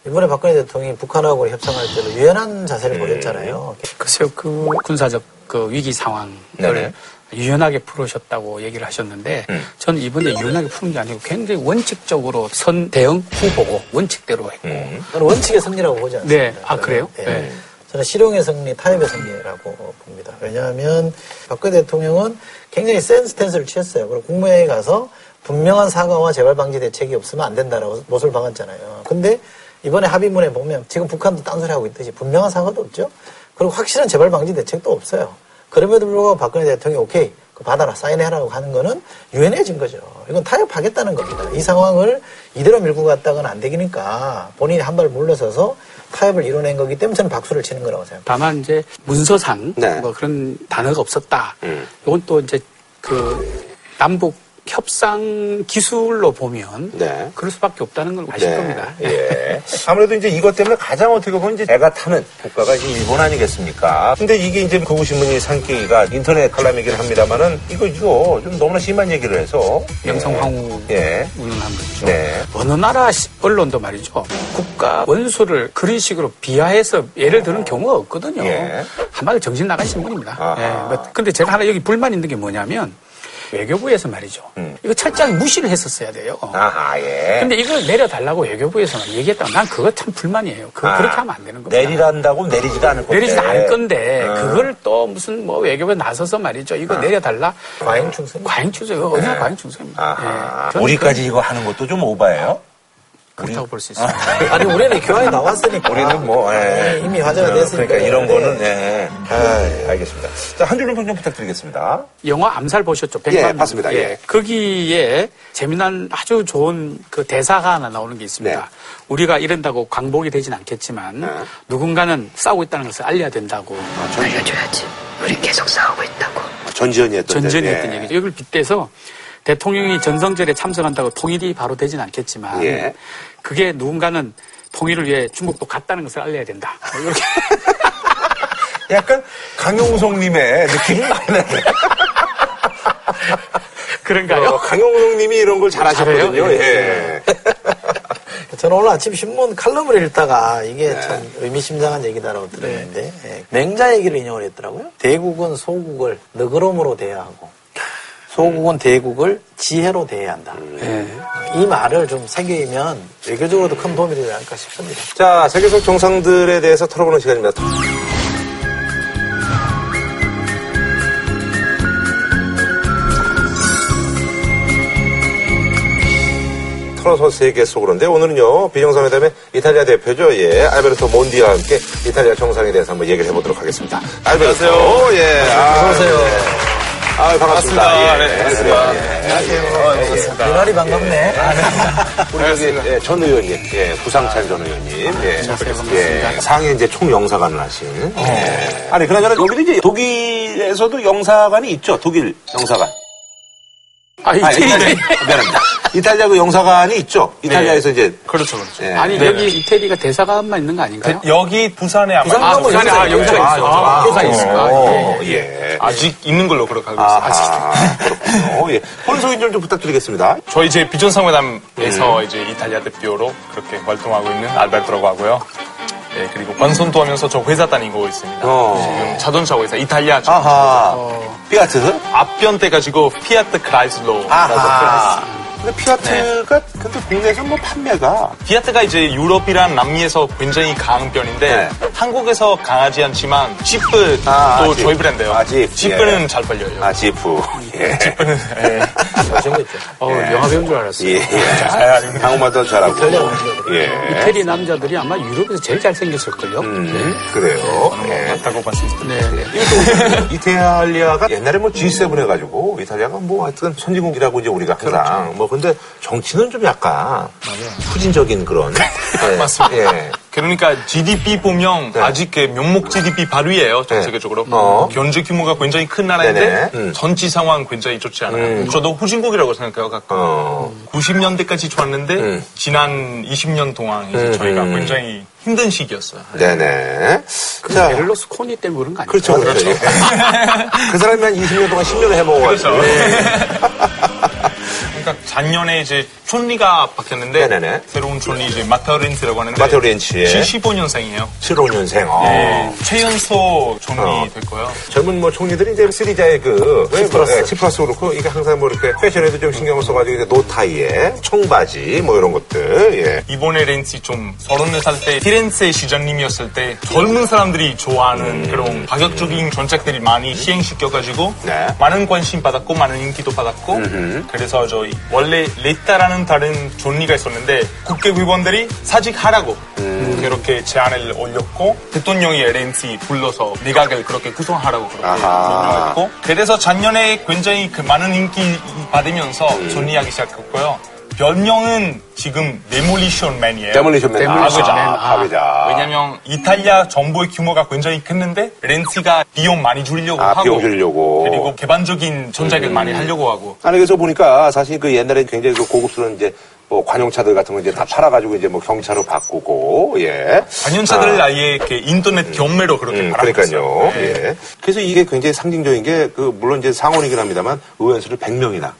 Speaker 2: 이번에 박근혜 대통령이 북한하고 협상할 때도 유연한 자세를 보였잖아요.
Speaker 3: 글쎄요, 그 군사적 그 위기 상황을
Speaker 1: 네네. 음.
Speaker 3: 유연하게 풀으셨다고 얘기를 하셨는데, 저는 이번에 유연하게 푸는 게 아니고 굉장히 원칙적으로 선 대응 후보고 원칙대로 했고,
Speaker 1: 음.
Speaker 2: 저는 원칙의 승리라고 보지 않습니다.
Speaker 3: 네. 아, 그래요?
Speaker 2: 네.
Speaker 3: 네.
Speaker 2: 저는 실용의 승리, 타협의 승리라고 봅니다. 왜냐하면 박근혜 대통령은 굉장히 센 스탠스를 취했어요. 그리고 국무회의에 가서 분명한 사과와 재발 방지 대책이 없으면 안 된다라고 못을 박았잖아요. 근데 이번에 합의문에 보면 지금 북한도 딴소리하고 있듯이 분명한 사과도 없죠. 그리고 확실한 재발 방지 대책도 없어요. 그럼에도 불구하고 박근혜 대통령이 오케이 그 받아라 사인해라고 하는 거는 유연해진 거죠. 이건 타협하겠다는 겁니다. 이 상황을 이대로 밀고 갔다가는 안 되니까 본인이 한 발 물러서서 타협을 이뤄낸 거기 때문에 저는 박수를 치는 거라고 생각합니다.
Speaker 3: 다만 이제 문서상
Speaker 5: 네.
Speaker 3: 뭐 그런 단어가 없었다.
Speaker 1: 음.
Speaker 3: 이건 또 이제 그 남북 협상 기술로 보면
Speaker 5: 네.
Speaker 3: 그럴 수밖에 없다는 걸 아실
Speaker 5: 네.
Speaker 3: 겁니다.
Speaker 1: 예. 아무래도 이제 이것 때문에 가장 어떻게 보면 이제 애가 타는 국가가 이제 일본 아니겠습니까? 근데 이게 이제 거구신문이 산기가 인터넷 칼럼이긴 합니다만은 이거 이거 좀 너무나 심한 얘기를 해서
Speaker 3: 명성 황후
Speaker 1: 예.
Speaker 3: 운운한 분이죠.
Speaker 1: 네.
Speaker 3: 어느 나라 시- 언론도 말이죠. 국가 원수를 그런 식으로 비하해서 예를 드는 경우가 없거든요.
Speaker 1: 어. 예.
Speaker 3: 한마디로 정신 나간 신문입니다.
Speaker 1: 아하.
Speaker 3: 예. 뭐, 근데 제가 하나 여기 불만 있는 게 뭐냐면 외교부에서 말이죠. 이거 철저하게 무시를 했었어야 돼요.
Speaker 1: 음. 아하 예.
Speaker 3: 근데 이걸 내려달라고 외교부에서만 얘기했다면 난 그거 참 불만이에요. 그,
Speaker 1: 아,
Speaker 3: 그렇게 하면 안 되는 겁니다.
Speaker 1: 내리란다고 내리지도 않을 건데.
Speaker 3: 내리지도 않을 건데
Speaker 1: 아.
Speaker 3: 그걸 또 무슨 뭐 외교부에 나서서 말이죠. 이거 내려달라.
Speaker 2: 과잉 충성.
Speaker 3: 과잉충성. 이거 어디나 과잉충성입니다.
Speaker 1: 네. 아하.
Speaker 3: 예. 저는
Speaker 1: 우리까지 이거 하는 것도 좀 오바예요.
Speaker 3: 그렇다고 볼 수 있습니다.
Speaker 2: 아니 우리는 교환이 나왔으니까
Speaker 3: 아,
Speaker 1: 우리는 뭐
Speaker 3: 네,
Speaker 1: 예.
Speaker 2: 이미 화제가 됐으니까
Speaker 1: 그러니까 이런 거는 예. 아, 알겠습니다. 자, 한 줄로 평점 부탁드리겠습니다.
Speaker 3: 영화 암살 보셨죠?
Speaker 5: 예, 봤습니다. 예.
Speaker 3: 거기에 재미난 아주 좋은 그 대사가 하나 나오는 게 있습니다.
Speaker 5: 네.
Speaker 3: 우리가 이런다고 광복이 되진 않겠지만 누군가는 싸우고 있다는 것을 알려야
Speaker 5: 아,
Speaker 3: 된다고
Speaker 5: 네,
Speaker 6: 알려줘야지. 우리 계속 싸우고 있다고.
Speaker 5: 전지현이 했던
Speaker 3: 전전이
Speaker 5: 데,
Speaker 3: 했던
Speaker 5: 예.
Speaker 3: 얘기죠. 이걸 빗대서 대통령이 전성절에 참석한다고 통일이 바로 되진 않겠지만
Speaker 5: 예.
Speaker 3: 그게 누군가는 통일을 위해 중국도 갔다는 것을 알려야 된다. 뭐 이렇게
Speaker 1: 약간 강용석님의 느낌이 많이 나네. 어,
Speaker 3: 그런가요?
Speaker 1: 강용석 님이 이런 걸 잘하셨거든요.
Speaker 3: 잘해요?
Speaker 1: 예.
Speaker 2: 저는 오늘 아침 신문 칼럼을 읽다가 이게 참 의미심장한 얘기다라고 들었는데 예. 맹자 얘기를 인용을 했더라고요. 대국은 소국을 너그러움으로 대해야 하고 소국은 대국을 지혜로 대해야 한다. 이 말을 좀 새기면 외교적으로도 큰 도움이 되지 않을까 싶습니다.
Speaker 1: 자, 세계 속 정상들에 대해서 털어보는 시간입니다. 털어서 세계 속으로인데 오늘은요 비정상회담의 이탈리아 대표죠 예 알베르토 몬디와 함께 이탈리아 정상에 대해서 한번 얘기를 해보도록 하겠습니다 알베르토 안녕하세요 예
Speaker 2: 어서오세요.
Speaker 1: 아, 반갑습니다
Speaker 7: 반갑습니다.
Speaker 1: 예.
Speaker 7: 네, 반갑습니다.
Speaker 2: 안녕하세요. 유난히 반갑네. 아, 네.
Speaker 1: 우리 저기, 예, 전 의원님, 예, 부상찬 전 의원님, 예, 예, 상해 이제 총영사관을 하신. 예.
Speaker 5: 네. 아니, 그나저나 여기는 이제 독일에서도 영사관이 있죠. 독일 영사관.
Speaker 3: 아,
Speaker 5: 아,
Speaker 3: 이태리.
Speaker 5: 이탈리아. 미안합니다. 이탈리아 그 영사관이 있죠. 이탈리아에서
Speaker 1: 네.
Speaker 5: 이제
Speaker 7: 그렇죠, 그렇죠.
Speaker 5: 예.
Speaker 3: 아니, 여기 이태리가 대사관만 있는 거 아닌가요?
Speaker 7: 여기 부산에 아마
Speaker 2: 부산
Speaker 3: 아,
Speaker 2: 넘어
Speaker 3: 부산에,
Speaker 2: 영상
Speaker 3: 아, 영상
Speaker 2: 있어요.
Speaker 3: 있어. 아, 영상 있어. 아, 예.
Speaker 1: 어, 예.
Speaker 7: 아직 있는 걸로 그렇게 알고 있습니다.
Speaker 1: 아, 그렇군요. 예. 본인 소개 좀, 좀 부탁드리겠습니다.
Speaker 7: 저희 이제 비전상회담에서 이제 이탈리아 대표로 그렇게 활동하고 있는 알베르토라고 하고요. 예, 그리고 번선도 하면서 저 회사 다니고 있습니다.
Speaker 5: 어.
Speaker 7: 지금 자동차 회사 이탈리아 쪽
Speaker 5: 아하.
Speaker 1: 어.
Speaker 5: 피아트.
Speaker 7: 앞변 때 가지고 피아트 크라이슬러.
Speaker 5: 아하. 네. 근데 피아트가 근데 국내에서 뭐 판매가
Speaker 7: 피아트가 이제 유럽이랑 남미에서 굉장히 강한 편인데
Speaker 5: 네.
Speaker 7: 한국에서 강하지 않지만 지프도
Speaker 5: 아, 아, 지프.
Speaker 7: 저희 브랜드예요.
Speaker 5: 아, 지프.
Speaker 7: 지프는 잘 팔려요.
Speaker 5: 아 지프. 예.
Speaker 3: 어, 영화 배운 줄 알았어요.
Speaker 5: 예. 예. 한국말도 잘하고. 예.
Speaker 3: 이태리 남자들이 아마 유럽에서 제일 잘생겼을걸요?
Speaker 1: 그래요. 예.
Speaker 7: 맞다고 봤습니다.
Speaker 3: 음. 네.
Speaker 1: 이탈리아가 옛날에 뭐 G7 해가지고 이탈리아가 뭐 하여튼 선진국이라고 이제 우리가 항상 뭐 근데 정치는 좀 약간 후진적인 그런. 예.
Speaker 7: 맞습니다.
Speaker 1: 예.
Speaker 7: 그러니까 GDP 보면 아직 그 명목 GDP 바로예요 전
Speaker 1: 네.
Speaker 7: 세계적으로
Speaker 1: 어.
Speaker 7: 경제 규모가 굉장히 큰 나라인데
Speaker 1: 네네. 음.
Speaker 7: 전치 상황 굉장히 좋지 않아요. 저도 후진국이라고 생각해요. 갖고
Speaker 1: 어.
Speaker 7: 90년대까지 좋았는데
Speaker 1: 음.
Speaker 7: 지난 20년 동안 이제 저희가 굉장히 힘든 시기였어요.
Speaker 1: 네네.
Speaker 3: 그
Speaker 1: 자.
Speaker 3: 베를로스코니 때문에 그런 거 아니에요?
Speaker 1: 그렇죠, 그렇죠. 예. 그 사람이 한 20년 동안 10년을 해먹어가지고. 예,
Speaker 7: 그렇죠. 그러니까 작년에 이제 촌리가 바뀌었는데
Speaker 1: 네네네.
Speaker 7: 새로운 촌리 이제 마타오렌츠라고 하는데
Speaker 1: 마테오 렌치의
Speaker 7: 75년생이에요.
Speaker 1: 75년생. 어.
Speaker 7: 예. 최연소 촌리
Speaker 1: 어.
Speaker 7: 됐고요.
Speaker 1: 젊은 뭐 총리들이 이제 쓰리자의 그 치프라스, 치프라스 그렇고 이게 항상 뭐 이렇게 패션에도 좀 신경을 써가지고 이제 노타이에 청바지 뭐 이런 것들 예.
Speaker 7: 이번에 렌치 좀 서른네 살때 피렌체 시장님이었을 때 젊은 사람들이 좋아하는 그런 파격적인 전작들이 많이 시행시켜가지고
Speaker 1: 네.
Speaker 7: 많은 관심 받았고 많은 인기도 받았고 그래서 저 원래 레타라는 다른 존리가 있었는데 국회의원들이 사직하라고 그렇게 제안을 올렸고 대통령이 렌치 불러서 내각을 그렇게 구성하라고 그렇게
Speaker 1: 아하.
Speaker 7: 했고 그래서 작년에 굉장히 그 많은 인기 받으면서 존리하기 시작했고요. 별명은 지금 데몰리션 맨이에요.
Speaker 5: 데몰리션맨.
Speaker 7: 아, 그죠.
Speaker 5: 파괴자.
Speaker 7: 아, 왜냐면 이탈리아 정부의 규모가 굉장히 컸는데 렌치가 비용 많이 줄이려고
Speaker 5: 아,
Speaker 7: 하고
Speaker 5: 비용 줄이려고.
Speaker 7: 그리고 개방적인 전작을 많이 하려고 하고
Speaker 5: 아니 그래서 보니까 사실 그 옛날에 굉장히 그 고급스러운 이제 뭐 관용차들 같은 거 이제 다 팔아가지고 이제 뭐 경차로 바꾸고 예.
Speaker 7: 관련차들을 아. 예이 인터넷 경매로 그렇게
Speaker 1: 음,
Speaker 7: 팔았어요.
Speaker 1: 그러니까요. 예. 그래서 이게 굉장히 상징적인 게 그 물론 이제 상원이긴 합니다만 의원 수를 100명이나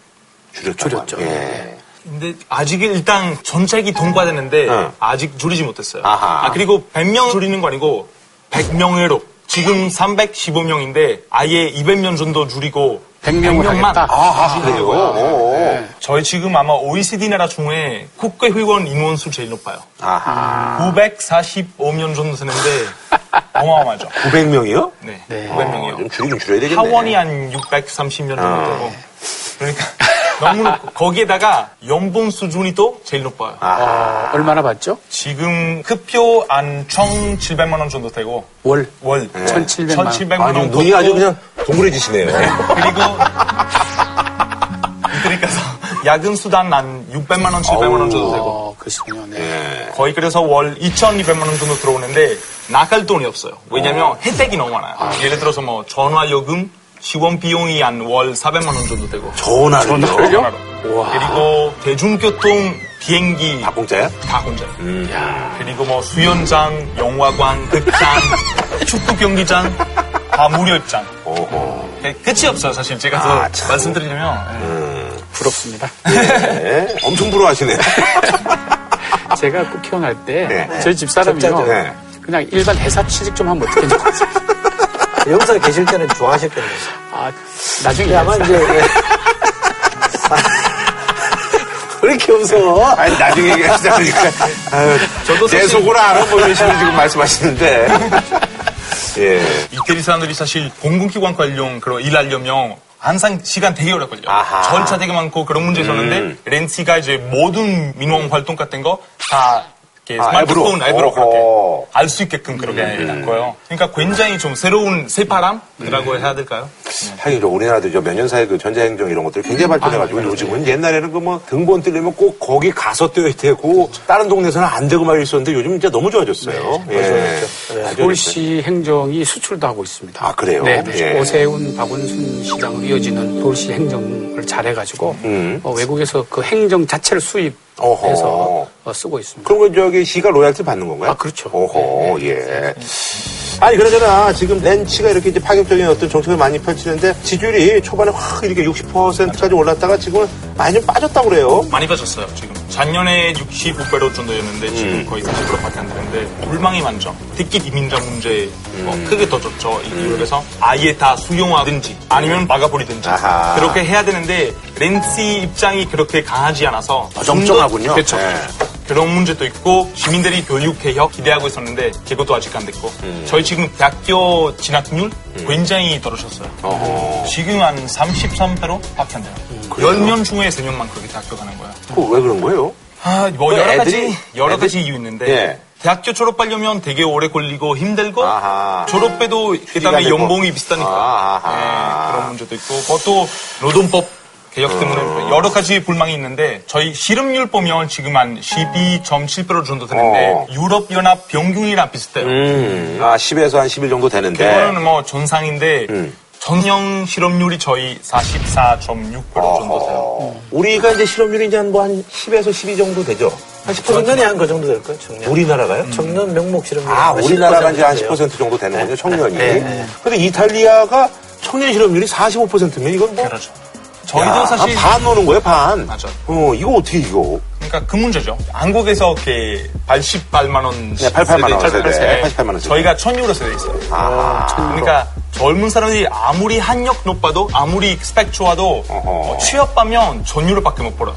Speaker 1: 줄였다고
Speaker 3: 줄였죠.
Speaker 1: 합니다. 예.
Speaker 7: 근데 아직 일단 전책이 통과됐는데
Speaker 1: 어.
Speaker 7: 아직 줄이지 못했어요.
Speaker 1: 아하.
Speaker 7: 아, 그리고 100명 줄이는 거 아니고 100명으로 지금 315명인데 아예 200명 정도 줄이고
Speaker 3: 100명을 하겠다.
Speaker 1: 아, 그래요. 오, 오.
Speaker 5: 네.
Speaker 7: 저희 지금 아마 OECD 나라 중에 국회의원 인원수 제일 높아요.
Speaker 1: 아하.
Speaker 7: 945명 정도 되는데 어마어마하죠.
Speaker 1: 900명이요?
Speaker 7: 네,
Speaker 5: 아,
Speaker 1: 어,
Speaker 7: 900명이요.
Speaker 1: 좀 줄이긴 줄여야 되겠네.
Speaker 7: 하원이 한 630명 정도 되고 그러니까 너무 높고 거기에다가 연봉 수준이 또 제일 높아요.
Speaker 3: 어, 얼마나 받죠?
Speaker 7: 지금 급표 안 1,700만 원 정도 되고
Speaker 3: 월.
Speaker 7: 월
Speaker 3: 1,700만 원.
Speaker 7: 1,700만
Speaker 1: 아니,
Speaker 7: 원
Speaker 1: 눈이 아주
Speaker 7: 걷고
Speaker 1: 그냥 동그래지시네요.
Speaker 7: 그리고 그러니까 야근 수당 한 600만 원, 700만 원 정도 되고
Speaker 3: 어, 그러시군요. 네.
Speaker 7: 거의 그래서 월 2,200만 원 정도 들어오는데 나갈 돈이 없어요. 왜냐면 혜택이 너무 많아요. 예를 들어서 뭐 전화 요금 지원 비용이 한 월 400만 원 정도 되고
Speaker 1: 전화를요?
Speaker 3: 어.
Speaker 7: 전화로. 그리고 대중교통 비행기
Speaker 5: 다 아, 공짜야?
Speaker 7: 다 공짜예요.
Speaker 1: 음,
Speaker 7: 그리고 뭐 수연장, 영화관, 극장, 축구 경기장 다 무료 입장.
Speaker 1: 오호. 아,
Speaker 7: 네, 끝이 없어요. 사실 제가 더
Speaker 1: 참.
Speaker 7: 말씀드리려면 예.
Speaker 3: 부럽습니다.
Speaker 1: 예. 엄청 부러워하시네요.
Speaker 3: 제가 꼭 기억날 때
Speaker 1: 네.
Speaker 3: 저희 집사람이요.
Speaker 1: 네.
Speaker 3: 그냥 일반 회사 취직 좀 하면 어떻겠냐.
Speaker 2: 여기서 계실 때는 좋아하셨겠네요.
Speaker 3: 아, 나중에
Speaker 2: 근데 아마
Speaker 3: 얘기합시다.
Speaker 2: 이제 예. 왜 이렇게 웃어?
Speaker 5: 아니, 나중에 얘기하시다 보니까. 아유,
Speaker 7: 저도
Speaker 5: 내
Speaker 7: 사실-
Speaker 5: 속으로 알아, 뭐 이런 식으로 지금 말씀하시는데.
Speaker 1: 예.
Speaker 7: 이태리 사람들이 사실 공공기관 관련 그런 일하려면 항상 시간 되게 오래 걸려.
Speaker 5: 아하. 음.
Speaker 7: 절차 되게 많고 그런 문제 있었는데 렌치가 이제 모든 민원 활동 같은 거 다 이렇게
Speaker 5: 아,
Speaker 7: 스마트폰
Speaker 5: 앱으로. 네.
Speaker 7: 앱으로
Speaker 5: 어허.
Speaker 7: 그렇게 알 수 있게끔 그렇게 놨고요. 그러니까 굉장히 좀 새로운
Speaker 5: 음.
Speaker 7: 새바람이라고 해야 될까요?
Speaker 5: 하긴 저 우리나라도 저 몇 년 사이 그 전자행정 이런 것들이 굉장히 발전해가지고 요즘은 옛날에는 그 뭐 등본 뜰려면 꼭 거기 가서 떼야 되고 다른 동네에서는 안 되고 막 이랬었는데 요즘 진짜 너무 좋아졌어요. 예. 아주
Speaker 3: 서울시 그 행정이 수출도 하고 있습니다.
Speaker 5: 아, 그래요?
Speaker 3: 네.
Speaker 5: 예.
Speaker 3: 오세훈, 박원순 시장으로 이어지는 서울시 행정을 잘해가지고 어, 외국에서 그 행정 자체를 수입해서
Speaker 5: 음. 어허.
Speaker 3: 어, 쓰고 있습니다.
Speaker 5: 그런 건 저기 시가 로얄티 받는 건가요?
Speaker 3: 아, 그렇죠.
Speaker 5: 오호, 예. 아니, 그러잖아. 지금 렌치가 이렇게 이제 파격적인 어떤 정책을 많이 펼치는데 지지율이 초반에 확 이렇게 60%까지 올랐다가 지금은 많이 좀 빠졌다고 그래요.
Speaker 7: 많이 빠졌어요 지금 작년에 65배로 정도였는데 지금 거의 40%밖에 안 되는데 불망이 완전 특히 이민자 문제 뭐 크게 더 졌죠 이 그래서 아예 다 수용하든지 아니면 음. 막아버리든지
Speaker 5: 아하.
Speaker 7: 그렇게 해야 되는데 렌치 입장이 그렇게 강하지 않아서
Speaker 5: 아, 정정하군요.
Speaker 7: 그렇죠
Speaker 5: 네.
Speaker 7: 그런 문제도 있고 시민들이 교육 개혁 기대하고 있었는데 그것도 아직 안 됐고
Speaker 5: 음.
Speaker 7: 저희 지금 대학교 진학률 굉장히 떨어졌어요 지금 한 33%밖에 안 돼요
Speaker 5: 음,
Speaker 7: 10명 중에 3명만 그렇게 대학교 가는 거야
Speaker 5: 그거 어, 왜 그런 거예요?
Speaker 7: 아, 뭐
Speaker 5: 그
Speaker 7: 여러
Speaker 5: 애들이-
Speaker 7: 가지 여러
Speaker 5: 애들-
Speaker 7: 가지 이유 있는데
Speaker 5: 예.
Speaker 7: 대학교 졸업하려면 되게 오래 걸리고 힘들고
Speaker 5: 아하.
Speaker 7: 졸업해도 그다음에
Speaker 5: 되고.
Speaker 7: 연봉이 비싸니까
Speaker 5: 아, 아하.
Speaker 7: 예, 그런 문제도 있고 그것도 노동법 개혁 때문에
Speaker 5: 어.
Speaker 7: 여러 가지 불만이 있는데 저희 실업률 보면 지금 한 12.7% 정도 되는데
Speaker 5: 어.
Speaker 7: 유럽 연합 평균이랑 비슷해요.
Speaker 5: 음, 아, 10에서 한 11 정도 되는데.
Speaker 7: 그거는 뭐 전상인데
Speaker 5: 음.
Speaker 7: 전형 실업률이 저희 44.6% 정도 돼요.
Speaker 5: 우리가 이제 실업률이 이제 한 뭐 한 10에서 12 정도 되죠.
Speaker 2: 한 10%년에 한 그 정도 될까요? 정년.
Speaker 5: 우리나라가요?
Speaker 2: 정년 명목 실험.
Speaker 5: 아, 우리나라가 이제 한 10% 정도 되는군요, 청년이. 근데 이탈리아가 청년 실업률이 45%면 이건 뭐.
Speaker 7: 그렇죠. 저희도
Speaker 5: 야,
Speaker 7: 사실
Speaker 5: 아, 반 오는 거예요, 반.
Speaker 7: 맞아.
Speaker 5: 어, 이거 어떻게 이거.
Speaker 7: 그러니까 그 문제죠. 한국에서 이렇게 88만 원,
Speaker 5: 네, 88만 원 세대, 88만 원 세대.
Speaker 7: 저희가 1,000유로 세대 있어요.
Speaker 5: 아,
Speaker 7: 그러니까 젊은 사람들이 아무리 한역 높아도 아무리 스펙 좋아도 어, 취업하면 전유로밖에 못 벌어요.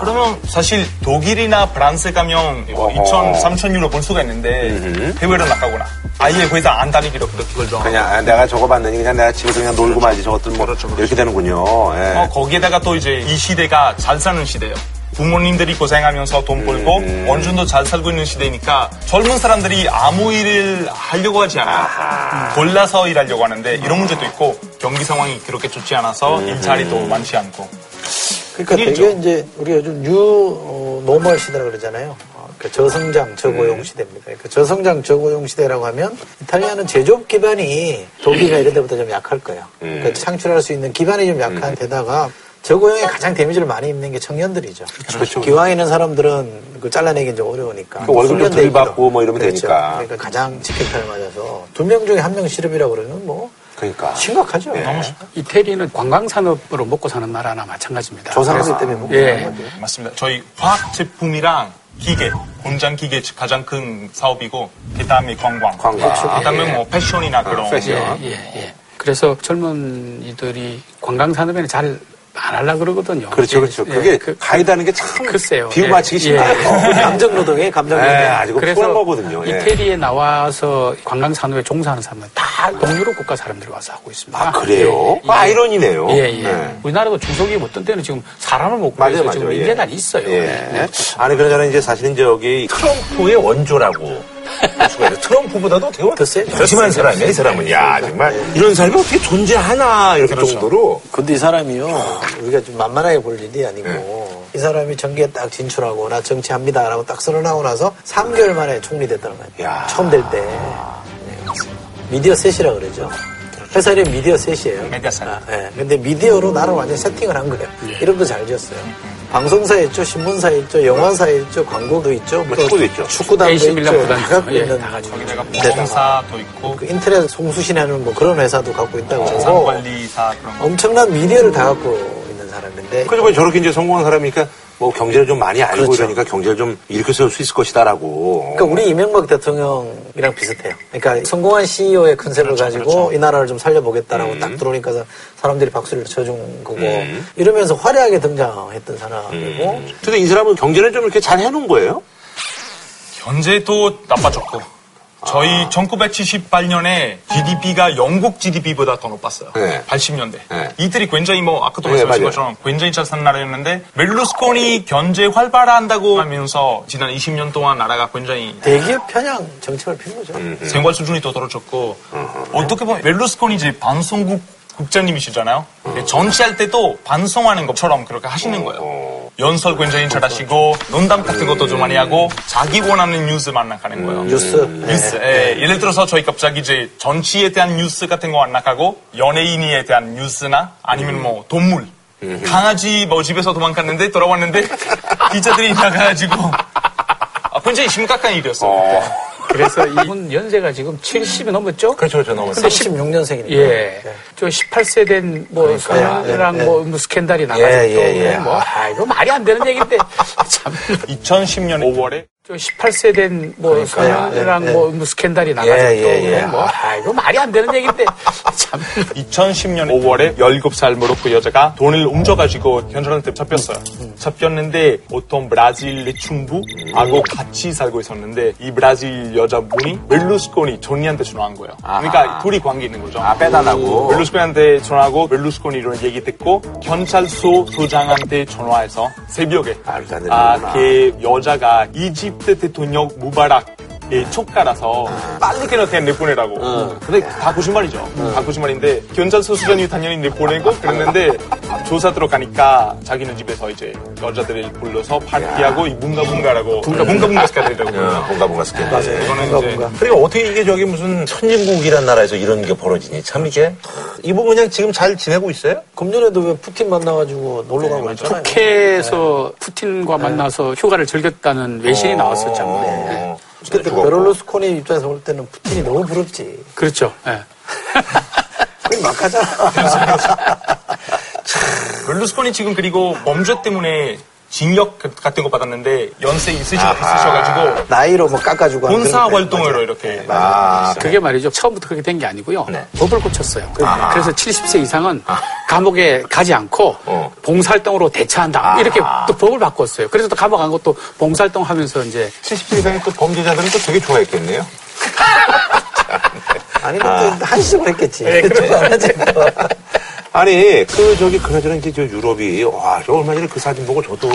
Speaker 7: 그러면 사실 독일이나 프랑스 가면 뭐
Speaker 5: 어허.
Speaker 7: 2,000, 3,000유로 벌 수가 있는데 해외로 나가거나 아예 회사 안 다니기로 그렇게 걸죠.
Speaker 5: 그냥 아, 내가 저거 봤느니 그냥 내가 집에서 그냥 놀고 말지 저것들 뭐
Speaker 7: 그렇죠, 그렇죠.
Speaker 5: 이렇게 되는군요. 예.
Speaker 7: 어, 거기에다가 또 이제 이 시대가 잘 사는 시대예요. 부모님들이 고생하면서 돈 벌고 어느 정도 잘 살고 있는 시대니까 젊은 사람들이 아무 일을 하려고 하지 않아요. 골라서 일하려고 하는데 이런 문제도 있고 경기 상황이 그렇게 좋지 않아서 일자리도 많지 않고
Speaker 2: 그러니까
Speaker 7: 그게
Speaker 2: 되게 이제 우리가 요즘 뉴 어, 노멀 시대라고 그러잖아요. 어, 그러니까 저성장 저고용
Speaker 5: 음.
Speaker 2: 시대입니다. 그러니까 저성장 저고용 시대라고 하면 이탈리아는 제조업 기반이 독일이나 이런 데보다 좀 약할 거예요.
Speaker 5: 음.
Speaker 2: 그러니까 창출할 수 있는 기반이 좀 약한 데다가 저고용에 가장 데미지를 많이 입는 게 청년들이죠.
Speaker 5: 그렇죠,
Speaker 2: 그렇죠. 기왕 있는 사람들은 그 잘라내기 좀 어려우니까.
Speaker 5: 그 월급 좀
Speaker 2: 훈련돼
Speaker 5: 덜
Speaker 2: 있기도.
Speaker 5: 받고 뭐 이러면
Speaker 2: 그렇죠.
Speaker 5: 되니까.
Speaker 2: 그러니까 가장 직격탄을 맞아서 두 명 중에 한 명 실업이라고 그러면 뭐
Speaker 5: 그러니까.
Speaker 2: 심각하죠. 네.
Speaker 5: 너무
Speaker 3: 이태리는 관광산업으로 먹고 사는 나라나 마찬가지입니다.
Speaker 2: 조상들 때문에
Speaker 5: 아,
Speaker 2: 뭐
Speaker 3: 예.
Speaker 2: 그런 거죠.
Speaker 7: 맞습니다. 저희 화학 제품이랑 기계, 공장 기계 가장 큰 사업이고 그다음에 관광,
Speaker 5: 관광.
Speaker 7: 그다음에 뭐 패션이나 그런
Speaker 5: 패션.
Speaker 3: 예, 예. 그래서 젊은이들이 관광산업에는 잘 안 하려고 그러거든요.
Speaker 5: 그렇죠,
Speaker 3: 예,
Speaker 5: 그렇죠.
Speaker 3: 예,
Speaker 5: 그게
Speaker 3: 그-
Speaker 5: 가이드하는 게 참
Speaker 3: 글쎄요.
Speaker 5: 비유
Speaker 3: 예.
Speaker 5: 맞히기
Speaker 3: 예.
Speaker 5: 쉽다. 그렇죠. 예.
Speaker 2: 감정 노동에 감정 노동.
Speaker 5: 예, 아주 피곤한 거거든요. 예.
Speaker 3: 이태리에 나와서 관광산업에 종사하는 사람은 다 동유럽 국가 사람들이 와서 하고 있습니다.
Speaker 5: 아, 그래요?
Speaker 3: 예, 예.
Speaker 5: 아, 아이러니네요.
Speaker 3: 예, 예.
Speaker 5: 네.
Speaker 3: 우리나라도 중소기업 어떤 때는 지금 사람을 못
Speaker 5: 맞아요,
Speaker 3: 구해서
Speaker 5: 맞아요.
Speaker 3: 지금
Speaker 5: 예.
Speaker 3: 인재난이 있어요.
Speaker 5: 예.
Speaker 3: 네.
Speaker 5: 아니, 그러잖아. 이제 사실은 저기 트럼프의 원조라고. 볼 수가 있어요. 트럼프보다도 되게
Speaker 2: 글쎄요.
Speaker 5: 열심한 사람이야, 이 사람은. 야, 정말. 그렇죠. 이런 사람이 어떻게 존재하나, 이렇게 정도로.
Speaker 2: 근데 이 사람이요, 우리가 좀 만만하게 볼 일이 아니고, 이 사람이 정계에 딱 진출하고, 나 정치합니다라고 딱 선언하고 나서 3개월 만에 총리 됐다는 거예요.
Speaker 5: 야.
Speaker 2: 처음 될 때. 네, 맞습니다. 미디어 셋이라고 그러죠. 회사 이름 미디어 셋이에요.
Speaker 7: 미디어 셋.
Speaker 2: 아, 예. 근데 미디어로 나를 완전 세팅을 한 거예요. 이름도 잘 지었어요. 방송사에 있죠, 신문사에 있죠, 영화사에 있죠, 광고도 있죠, 뭐
Speaker 5: 축구도 있죠.
Speaker 2: 축구단도
Speaker 3: AC
Speaker 2: 있죠,
Speaker 3: 밀란 구단도
Speaker 2: 다 갖고
Speaker 3: 있죠. 예,
Speaker 2: 있는
Speaker 3: 다 가지고
Speaker 7: 거기다가
Speaker 2: 데다가
Speaker 7: 보험사도 있고
Speaker 2: 네. 그 인터넷 송수신하는 뭐 그런 회사도 갖고 있다고
Speaker 7: 자산관리사 그런 거.
Speaker 2: 엄청난 미디어를 다 갖고 있는 사람인데
Speaker 5: 그래서 그러니까 저렇게 이제 성공한 사람이니까 뭐 경제를 좀 많이 알고
Speaker 2: 그렇죠.
Speaker 5: 이러니까 경제를 좀 일으켜 세울 수 있을 것이다라고.
Speaker 2: 그러니까 우리 이명박 대통령이랑 비슷해요. 그러니까 성공한 CEO의 컨셉을 가지고 이 나라를 좀 살려보겠다라고 딱 들어오니까 사람들이 박수를 쳐준 거고 이러면서 화려하게 등장했던 사람이고
Speaker 5: 근데 이 사람은 경제를 좀 이렇게 잘 해놓은 거예요?
Speaker 7: 경제도 나빠졌고
Speaker 5: 아.
Speaker 7: 저희 1978년에 GDP가 영국 GDP보다 더 높았어요.
Speaker 5: 네.
Speaker 7: 80년대.
Speaker 5: 네.
Speaker 7: 이들이 굉장히 뭐 아까도
Speaker 5: 네,
Speaker 7: 말씀하신
Speaker 5: 맞아요.
Speaker 7: 것처럼 굉장히 잘 산 나라였는데 멜루스코니 경제 활발한다고 하면서 지난 20년 동안 나라가 굉장히
Speaker 2: 대기업 편향 정책을 핀 거죠.
Speaker 7: 생활 수준이 더 떨어졌고 어떻게 보면 멜루스코니 이제 방송국 국장님이시잖아요.
Speaker 5: 음.
Speaker 7: 근데 정치할 때도 반성하는 것처럼 그렇게 하시는 거예요. 연설 굉장히 잘하시고 논담 같은 것도 좀 많이 하고 자기 원하는 뉴스만 나가는
Speaker 5: 음.
Speaker 7: 거예요.
Speaker 2: 뉴스. 네.
Speaker 7: 뉴스. 예, 예를 들어서 저희 갑자기 이제 정치에 대한 뉴스 같은 거 안 나가고 연예인에 대한 뉴스나 아니면 뭐 동물. 강아지 뭐 집에서 도망갔는데 돌아왔는데 기자들이 나가가지고 아, 굉장히 심각한 일이었어요.
Speaker 3: 그래서 이분 연세가 지금 70이 넘었죠?
Speaker 5: 그렇죠, 그렇죠. 넘었어요.
Speaker 2: 36년생이니까.
Speaker 3: 예. 저 18세 된뭐 소년이랑 뭐, 뭐 스캔들이 나가지고
Speaker 2: 예, 예, 예.
Speaker 3: 뭐, 아, 이거 말이 안 되는 얘기인데. 참.
Speaker 7: 2010년 5월에
Speaker 3: 저 18세 된뭐 소년이랑
Speaker 2: 예, 예.
Speaker 3: 뭐, 뭐 스캔들이 나가지고
Speaker 2: 예, 예.
Speaker 3: 뭐, 아, 이거 말이 안 되는 얘기인데. 참.
Speaker 7: 2010년 5월에 17살 모로코 여자가 돈을 훔쳐가지고 현철한테 잡혔어요. 잡혔는데 보통 브라질 내충부하고 같이 살고 있었는데 이 브라질 여자분이 멜루스코니 존니한테 전화한 거예요. 그러니까 둘이 관계 있는 거죠.
Speaker 5: 아, 빼달라고.
Speaker 7: 멜루스코니한테 전화하고 멜루스코니 이런 얘기 듣고 경찰서 소장한테 전화해서 새벽에
Speaker 5: 말도 안 되는 거구나.
Speaker 7: 아, 걔 여자가 이집트 대통령 무바락 의 촉가라서 빨리 걔한테 내보내라고. 근데 다 거짓말이죠. 다 거짓말인데 경찰서 수장이 당연히 내보내고 그랬는데 조사 들어가니까 자기는 집에서 이제 여자들을 불러서 파티하고 이 문가문가라고 문가문가 스카들이라고
Speaker 5: 어, 뭔가 뭔가 스캔들.
Speaker 2: 맞아요.
Speaker 7: 이거는
Speaker 2: 뭔가
Speaker 7: 이제
Speaker 2: 뭔가.
Speaker 1: 그러니까 어떻게 이게 저기 무슨 선진국이란 나라에서 이런 게 벌어지니 참 이게 이분 그냥 지금 잘 지내고 있어요?
Speaker 2: 금년에도 왜 푸틴 만나가지고 놀러 가고 있잖아요.
Speaker 3: 국회에서 푸틴과 만나서 휴가를 즐겼다는 외신이 나왔었잖아요. 네.
Speaker 1: 어,
Speaker 2: 그때
Speaker 1: 죽었고.
Speaker 2: 베를루스코니 입장에서 볼 때는 푸틴이 너무 부럽지.
Speaker 3: 그렇죠. 예.
Speaker 2: 그게 막 하잖아.
Speaker 7: 벨루스코니 지금 그리고 범죄 때문에 징역 같은 거 받았는데 연세 있으시, 있으셔가지고
Speaker 2: 나이로 뭐 깎아주고 하는
Speaker 7: 본사
Speaker 2: 그런 거 있잖아요. 네.
Speaker 7: 활동으로 이렇게
Speaker 1: 아,
Speaker 3: 그게 말이죠. 처음부터 그렇게 된 게 아니고요. 법을 고쳤어요. 그래서 70세 이상은 감옥에 가지 않고 봉사활동으로 대처한다. 이렇게 또 법을 바꿨어요. 그래서 또 감옥 간 것도 봉사활동 하면서 이제
Speaker 1: 70세 이상의 또 범죄자들은 또 되게 좋아했겠네요.
Speaker 2: 아니, 근데 한시적으로 했겠지. 그쪽 안 하지.
Speaker 5: 아니, 그, 저기, 그나저나 이제 저 유럽이, 와, 저 얼마 전에 그 사진 보고 저도.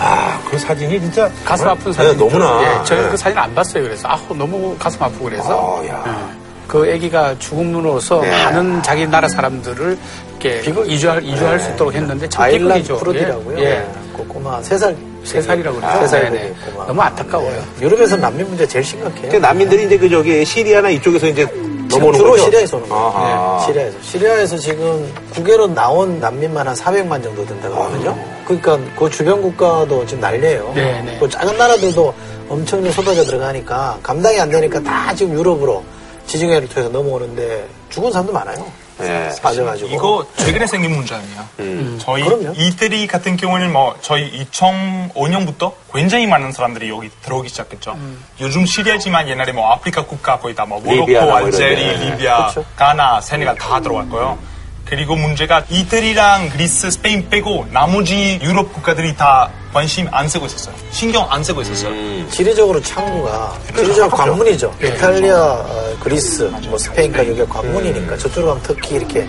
Speaker 1: 아, 그 사진이 진짜
Speaker 3: 가슴
Speaker 1: 네,
Speaker 3: 아픈 사진.
Speaker 1: 너무나.
Speaker 3: 예, 저는
Speaker 1: 네.
Speaker 3: 그 사진 안 봤어요. 그래서 아 너무 가슴 아프고 그래서.
Speaker 1: 아, 야.
Speaker 3: 예. 그 아기가 죽음으로서 많은 자기 나라 사람들을 이렇게 이주할 이주할 수 있도록 했는데 참
Speaker 2: 아일란
Speaker 3: 비극이죠.
Speaker 2: 프로디라고요. 아,
Speaker 3: 예. 예.
Speaker 2: 그 꼬마 세살 예,
Speaker 3: 세 살이라고 그래요.
Speaker 2: 세
Speaker 3: 세
Speaker 2: 살
Speaker 3: 살.
Speaker 2: 되게
Speaker 3: 네.
Speaker 2: 꼬마. 예.
Speaker 3: 너무 안타까워요.
Speaker 2: 유럽에서 난민 문제 제일 심각해요.
Speaker 5: 그러니까 난민들이 이제 그 저기 시리아나 이쪽에서 이제
Speaker 2: 지금
Speaker 5: 넘어오는
Speaker 2: 주로
Speaker 5: 거죠.
Speaker 2: 시리아에서 오는 거예요.
Speaker 5: 아하.
Speaker 2: 네, 시리아에서. 시리아에서 지금 국외로 나온 난민만 한 400만 정도
Speaker 5: 아.
Speaker 2: 된다고 하거든요. 그러니까 그 주변 국가도 지금 난리예요.
Speaker 3: 네, 네.
Speaker 2: 그 작은 나라들도 엄청나게 쏟아져 들어가니까 감당이 안 되니까 다 지금 유럽으로 지중해를 통해서 넘어오는데 죽은 사람도 많아요.
Speaker 5: 예.
Speaker 2: 빠져가지고.
Speaker 7: 이거 최근에 생긴 문제 아니에요. 저희
Speaker 2: 그럼요.
Speaker 7: 이태리 같은 경우는 뭐 저희 2005년부터 굉장히 많은 사람들이 여기 들어오기 시작했죠. 요즘 시리아지만 옛날에 뭐 아프리카 국가 거의 다뭐
Speaker 5: 리비아
Speaker 7: 모로코,
Speaker 5: 나와
Speaker 7: 알제리,
Speaker 5: 이런데.
Speaker 7: 리비아,
Speaker 2: 그쵸.
Speaker 7: 가나, 세네갈 다 들어갈 거예요. 그리고 문제가 이태리랑 그리스, 스페인 빼고 나머지 유럽 국가들이 다 관심 안 쓰고 있었어요. 신경 안 쓰고 있었어요.
Speaker 2: 음. 지리적으로 그렇죠. 창구가 지리적으로 관문이죠. 예. 이탈리아, 어, 그리스, 뭐 스페인까지 여기가 관문이니까 저쪽으로 가면 터키 이렇게